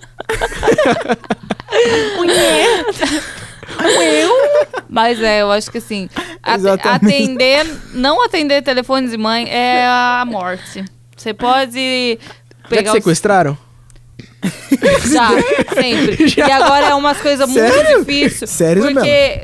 S2: Mas é, eu acho que assim, ate-
S1: Exatamente.
S2: atender, não atender telefones de mãe é a morte. Você pode
S3: Já te
S2: pegar os...
S3: sequestraram?
S2: Já, sempre.
S3: Já.
S2: E agora é umas coisas muito
S1: Sério?
S2: difíceis.
S1: Sério,
S2: Porque...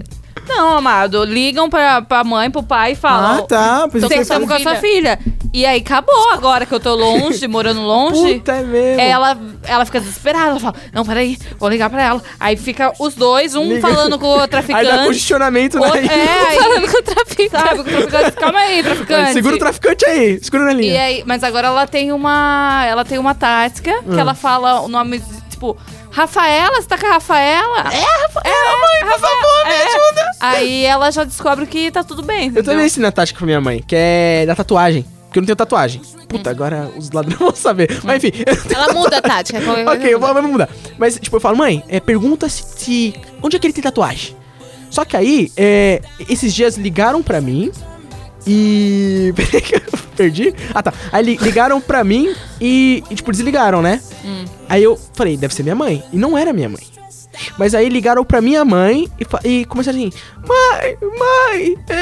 S2: Não, amado, ligam pra, pra mãe, pro pai e falam...
S1: Ah, tá. Por isso
S2: Tô
S1: que eu
S2: conversando com a
S1: falei-
S2: sua filha. E aí, acabou agora que eu tô longe, morando longe.
S3: Puta, é mesmo.
S2: Ela, ela fica desesperada, ela fala, não, peraí, vou ligar pra ela. Aí fica os dois, um
S3: Liga.
S2: falando com o
S3: Aí dá
S2: traficante.
S3: condicionamento, né?
S2: outro- é, aí,
S6: Falando com o traficante.
S2: sabe, com o traficante, calma aí, traficante.
S3: Segura o traficante aí, segura na
S2: E é,
S3: linha.
S2: aí, mas agora ela tem uma. Ela tem uma tática que ela fala o nome de, tipo. Rafaela, você tá com a Rafaela? É, Rafaela, mãe, por favor, me ajuda. Aí ela já descobre que tá tudo bem.
S3: Eu também
S2: entendeu?
S3: ensinei a tática pra minha mãe, que é da tatuagem. Porque eu não tenho tatuagem. Puta, agora os ladrões vão saber. Mas enfim, eu não tenho
S6: Ela muda a
S2: é
S6: tática. qualquer coisa
S3: ok, eu
S6: muda.
S3: vou, vamos mudar. Mas, tipo, eu falo, mãe, é, pergunta se, se- Onde é que ele tem tatuagem? Só que aí, é, esses dias ligaram pra mim e. Peraí que eu Perdi? Ah tá. Aí li- ligaram pra mim e, e, tipo, desligaram, né? Aí eu falei, deve ser minha mãe. E não era minha mãe. Mas aí ligaram pra minha mãe e, fa- e começaram assim: Mãe, mãe, é,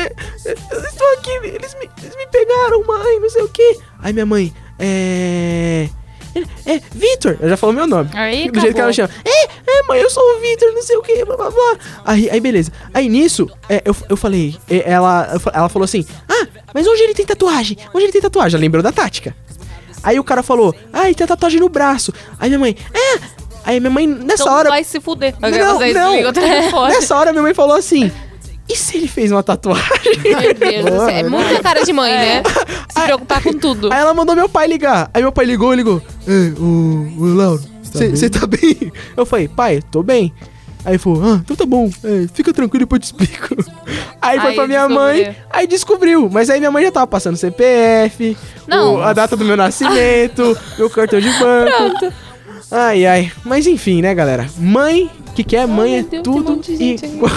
S3: é, eu estou aqui, eles me, eles me pegaram, mãe, não sei o quê. Aí minha mãe, é. É, é, Vitor! Ela já falou meu nome.
S2: Aí,
S3: Do jeito que ela
S2: acabou.
S3: chama. É, é, mãe, eu sou o Vitor, não sei o que, blá blá blá. Aí, aí beleza. Aí nisso, é, eu, eu falei, e- ela, eu fa- ela falou assim: Ah, mas onde ele tem tatuagem? Onde ele tem tatuagem? Ela lembrou da tática. Aí o cara falou: Ah, ele tem tatuagem no braço. Aí minha mãe, é! Aí minha mãe, nessa
S2: Então
S3: hora.
S2: vai se fuder. Eu quero
S3: Não,
S2: fazer isso,
S3: não.
S2: liga o telefone.
S3: Nessa hora minha mãe falou assim: E se ele fez uma tatuagem?
S6: Meu Deus do céu. É muita cara de mãe,
S3: É.
S6: né? Se
S3: Ai.
S6: preocupar com tudo.
S3: Aí ela mandou meu pai ligar. Aí meu pai ligou e ligou: Ei, ô, ô Lauro, você tá, bem? Eu falei: Pai, tô bem. Aí ele falou: Ah, então tá bom, é, fica tranquilo, depois eu te explico. Aí foi
S2: Aí
S3: pra minha mãe,
S2: descobriu.
S3: aí descobriu. Mas aí minha mãe já tava passando CPF,
S6: Não.
S3: o- a data do meu nascimento, meu cartão de banco. Ai, ai. Mas enfim, né, galera? Mãe, o que, que é mãe é
S6: meu Deus, tem um
S3: tudo.
S6: monte de gente
S3: e...
S6: aí.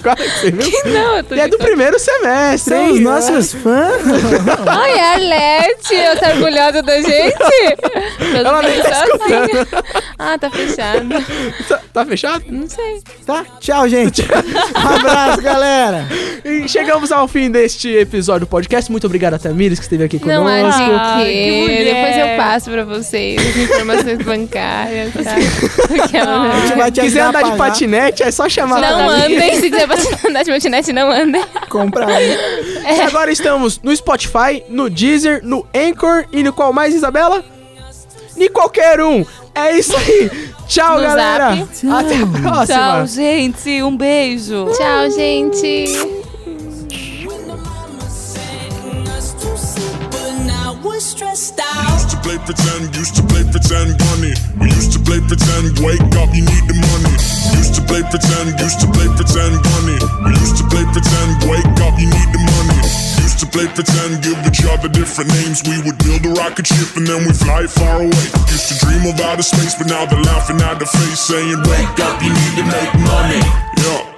S3: Qual é que você viu?
S6: Não, eu tô
S3: E é do primeiro semestre,
S1: São
S3: hein?
S1: os nossos fãs.
S6: Ai, Arlete, eu tô orgulhosa da gente.
S3: Ela nem tá escutando.
S6: Ah, tá fechado.
S3: Tá- tá fechado?
S6: Não sei.
S1: Tá? Tchau, gente. Um abraço, galera.
S3: E chegamos ao fim deste episódio do podcast. Muito obrigado a Tamires que esteve aqui conosco.
S6: tipo, Não há de
S2: que
S6: quê.
S2: mulher.
S6: Depois eu passo pra vocês as informações bancárias, tá? Porque ela-
S1: A gente vai te
S3: Se
S1: ajudar
S3: quiser
S1: a
S3: andar de
S1: pagar,
S3: patinete, é só chamar a
S6: Não
S3: Tamires.
S6: andem, se quiser passar- andar de patinete, não andem.
S1: comprar um.
S3: E agora estamos no Spotify, no Deezer, no Anchor e no qual mais, Isabela? Em qualquer um. É isso aí. Tchau,
S6: No
S3: galera. Até a próxima.
S2: Tchau, gente. Um beijo.
S6: Tchau, gente.
S8: Used to play pretend, used to play pretend, bunny. We used to play pretend, wake up, you need the money. Used to play pretend, used to play pretend, bunny. We used to play pretend, wake up, you need the money. Used to play pretend, give each other different names. We would build a rocket ship and then we fly far away. Used to dream of outer space, but now they're laughing at the face, saying, Wake up, you need to make money. Yeah.